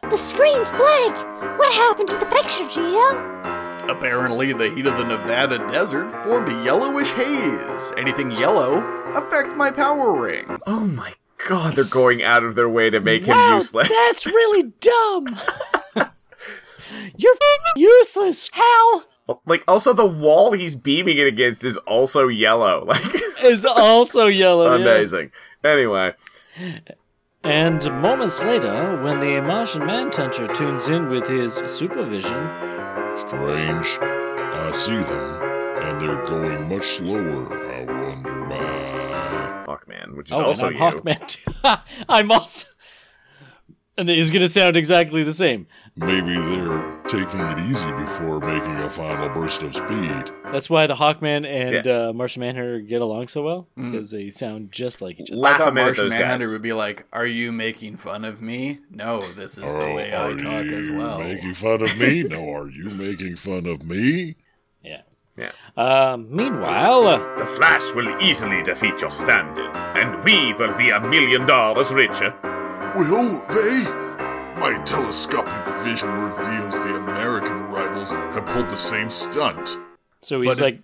[SPEAKER 25] The screen's blank. What happened to the picture, Geo?
[SPEAKER 11] Apparently, the heat of the Nevada desert formed a yellowish haze. Anything yellow affects my power ring.
[SPEAKER 24] Oh my God, they're going out of their way to make him useless.
[SPEAKER 1] that's really dumb. You're f- useless, Hal.
[SPEAKER 24] Like also the wall he's beaming it against is also yellow. Like
[SPEAKER 1] Is also yellow. Oh, yeah.
[SPEAKER 24] amazing. Anyway,
[SPEAKER 1] And moments later, when the Martian Manhunter tunes in with his supervision,
[SPEAKER 7] Strange. I see them, and they're going much slower. I wonder why.
[SPEAKER 13] Oh,
[SPEAKER 24] Hawkman, which
[SPEAKER 1] oh, and I'm Hawkman. too. I'm also. and it's going to sound exactly the same.
[SPEAKER 26] Maybe they're taking it easy before making a final burst of speed.
[SPEAKER 1] That's why the Hawkman and uh, Martian Manhunter get along so well
[SPEAKER 13] Mm.
[SPEAKER 1] because they sound just like each other.
[SPEAKER 27] I thought Martian Manhunter would be like, "Are you making fun of me? No, this is the way I talk
[SPEAKER 26] Oh, you
[SPEAKER 27] as well."
[SPEAKER 26] making fun of me? no, are you making fun of me?
[SPEAKER 1] Yeah.
[SPEAKER 26] Yeah.
[SPEAKER 1] Uh, meanwhile, uh,
[SPEAKER 28] The Flash will easily defeat your stand-in, and we will be a million dollars richer.
[SPEAKER 13] Will they? My telescopic vision reveals the American rivals have pulled the same stunt.
[SPEAKER 1] So he's like,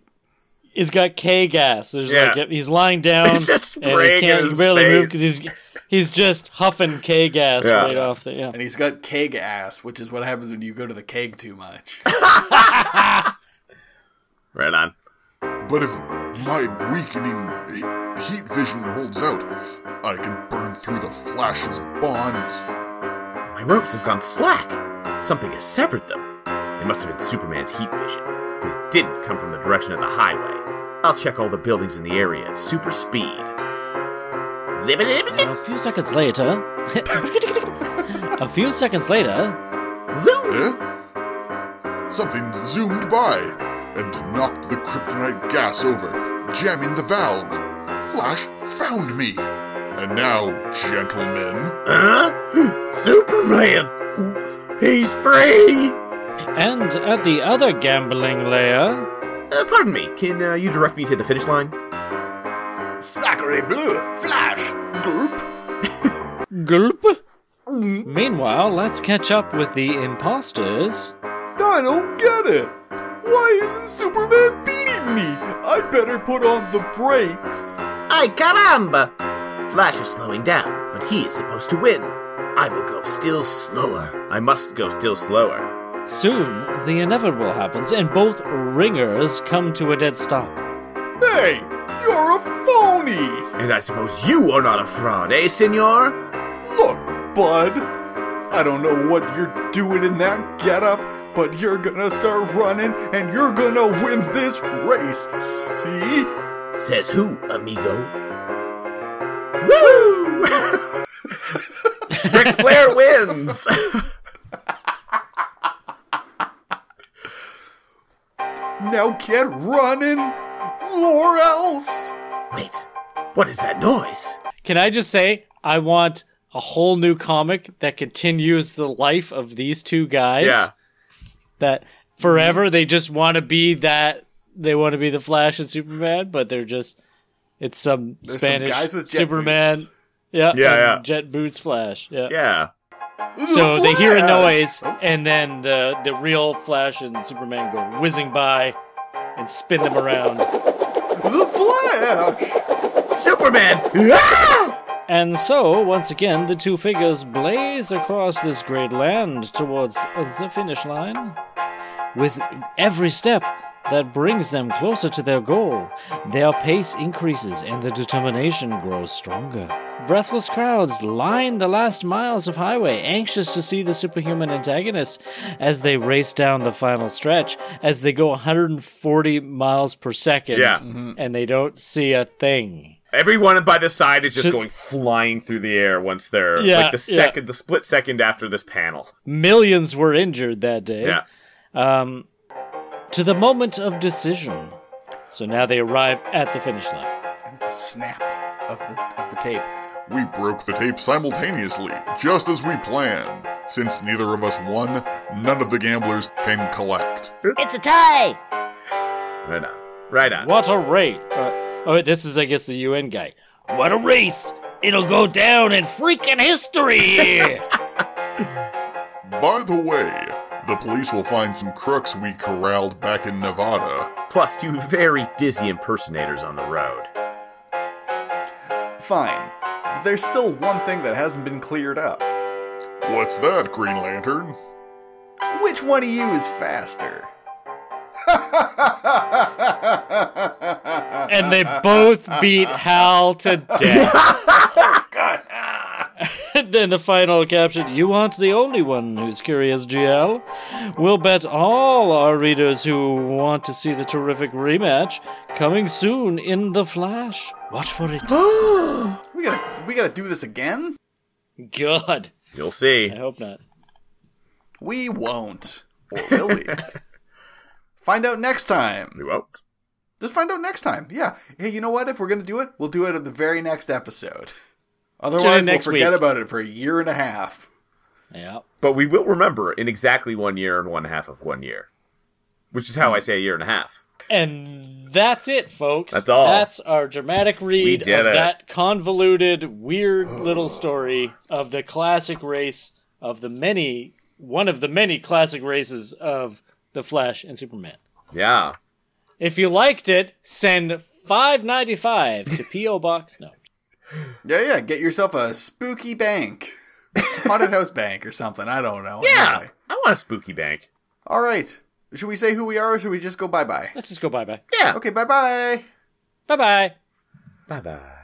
[SPEAKER 1] he's got K gas. There's like he's lying down
[SPEAKER 13] He's just
[SPEAKER 1] and he
[SPEAKER 13] spraying
[SPEAKER 1] can't
[SPEAKER 13] his
[SPEAKER 1] he barely move
[SPEAKER 27] face.
[SPEAKER 1] because he's he's just huffing K gas
[SPEAKER 27] Yeah.
[SPEAKER 1] right off the yeah.
[SPEAKER 27] And he's got keg ass, which is what happens when you go to the keg too much.
[SPEAKER 2] Right on.
[SPEAKER 13] But if my weakening he- heat vision holds out, I can burn through the Flash's bonds.
[SPEAKER 2] My ropes have gone slack. Something has severed them. It must have been Superman's heat vision, but it didn't come from the direction of the highway. I'll check all the buildings in the area at super speed.
[SPEAKER 10] A few seconds later. a few seconds later.
[SPEAKER 13] Huh? Eh? Something zoomed by and knocked the kryptonite gas over, jamming the valve. Flash found me. And now, gentlemen.
[SPEAKER 10] Huh? Superman! He's free! And at the other gambling layer.
[SPEAKER 2] Uh, pardon me, can uh, you direct me to the finish line?
[SPEAKER 29] Zachary Blue, Flash, Goop.
[SPEAKER 10] Gulp. Meanwhile, let's catch up with the imposters.
[SPEAKER 3] I don't get it. Why isn't Superman beating me? I better put on the brakes.
[SPEAKER 2] Ay caramba! Flash is slowing down, but he is supposed to win. I will go still slower. I must go still slower.
[SPEAKER 10] Soon, the inevitable happens, and both ringers come to a dead stop.
[SPEAKER 3] Hey, you're a phony.
[SPEAKER 2] And I suppose you are not a fraud, eh, senor?
[SPEAKER 3] Look, bud. I don't know what you're doing in that getup, but you're gonna start running and you're gonna win this race. See?
[SPEAKER 2] Says who, amigo?
[SPEAKER 30] Woo!
[SPEAKER 2] Ric Flair wins!
[SPEAKER 3] Now get running, or else.
[SPEAKER 2] Wait, what is that noise?
[SPEAKER 1] Can I just say I want a whole new comic that continues the life of these two guys?
[SPEAKER 2] Yeah.
[SPEAKER 1] That forever they just want to be that they want to be the Flash and Superman, but they're just it's some
[SPEAKER 3] There's some
[SPEAKER 1] Spanish
[SPEAKER 3] guys with jet
[SPEAKER 1] Superman. Yeah,
[SPEAKER 3] Yeah,
[SPEAKER 1] and
[SPEAKER 3] yeah.
[SPEAKER 1] Jet boots Flash. Yeah.
[SPEAKER 2] Yeah.
[SPEAKER 1] So they hear a
[SPEAKER 3] Flash!
[SPEAKER 1] noise, and then the the real Flash and Superman go whizzing by and spin them around.
[SPEAKER 3] The
[SPEAKER 2] Flash! Superman! Ah!
[SPEAKER 10] And so, once again, the two figures blaze across this great land towards the finish line. With every step that brings them closer to their goal, their pace increases and their determination grows stronger. Breathless crowds line the last miles of highway, anxious to see the superhuman antagonist as they race down the final stretch, as they go 140 miles per second,
[SPEAKER 28] Yeah.
[SPEAKER 10] and they don't see a thing.
[SPEAKER 28] Everyone by the side is just
[SPEAKER 10] So-
[SPEAKER 28] going flying through the air once they're
[SPEAKER 1] Yeah,
[SPEAKER 28] like the
[SPEAKER 1] yeah.
[SPEAKER 28] second, the split second after this panel.
[SPEAKER 1] Millions were injured that day.
[SPEAKER 28] Yeah.
[SPEAKER 1] Um, to the moment of decision. So now they arrive at the finish line.
[SPEAKER 27] And it's a snap of the of the tape.
[SPEAKER 13] We broke the tape simultaneously, just as we planned. Since neither of us won, none of the gamblers can collect.
[SPEAKER 31] It's a tie!
[SPEAKER 2] Right on. Right on.
[SPEAKER 1] What a race! Uh, oh, wait, this is, I guess, the UN guy.
[SPEAKER 10] What a race! It'll go down in freaking history!
[SPEAKER 13] By the way, the police will find some crooks we corralled back in Nevada.
[SPEAKER 2] Plus two very dizzy impersonators on the road.
[SPEAKER 27] Fine. But there's still one thing that hasn't been cleared up.
[SPEAKER 13] What's that, Green Lantern?
[SPEAKER 27] Which one of you is faster?
[SPEAKER 1] And they both beat Hal to death. then the final caption You aren't the only one who's curious, GL. We'll bet all our readers who want to see the terrific rematch coming soon in The Flash. Watch for it.
[SPEAKER 27] we gotta we gotta do this again?
[SPEAKER 1] God.
[SPEAKER 2] You'll see.
[SPEAKER 1] I hope not.
[SPEAKER 3] We won't. Or will we? find out next time.
[SPEAKER 2] We won't.
[SPEAKER 3] Just find out next time. Yeah. Hey, you know what? If we're going to do it, we'll do it at the very next episode. Otherwise, we'll
[SPEAKER 1] next
[SPEAKER 3] forget
[SPEAKER 1] week.
[SPEAKER 3] about it for a year and a half.
[SPEAKER 1] Yeah.
[SPEAKER 2] But we will remember in exactly one year and one half of one year, which is how I say a year and a half.
[SPEAKER 1] And that's it, folks.
[SPEAKER 2] That's all.
[SPEAKER 1] That's our dramatic read
[SPEAKER 2] did
[SPEAKER 1] of
[SPEAKER 2] it.
[SPEAKER 1] that convoluted, weird little story of the classic race of the many, one of the many classic races of the Flash and Superman.
[SPEAKER 2] Yeah.
[SPEAKER 1] If you liked it, send five ninety five to PO Box. No,
[SPEAKER 3] Yeah, yeah. Get yourself a spooky bank, haunted house bank, or something. I don't know.
[SPEAKER 2] Yeah, I want a spooky bank.
[SPEAKER 3] All right. Should we say who we are, or should we just go bye bye?
[SPEAKER 1] Let's just go bye bye.
[SPEAKER 2] Yeah.
[SPEAKER 3] Okay. Bye bye.
[SPEAKER 1] Bye bye.
[SPEAKER 2] Bye bye.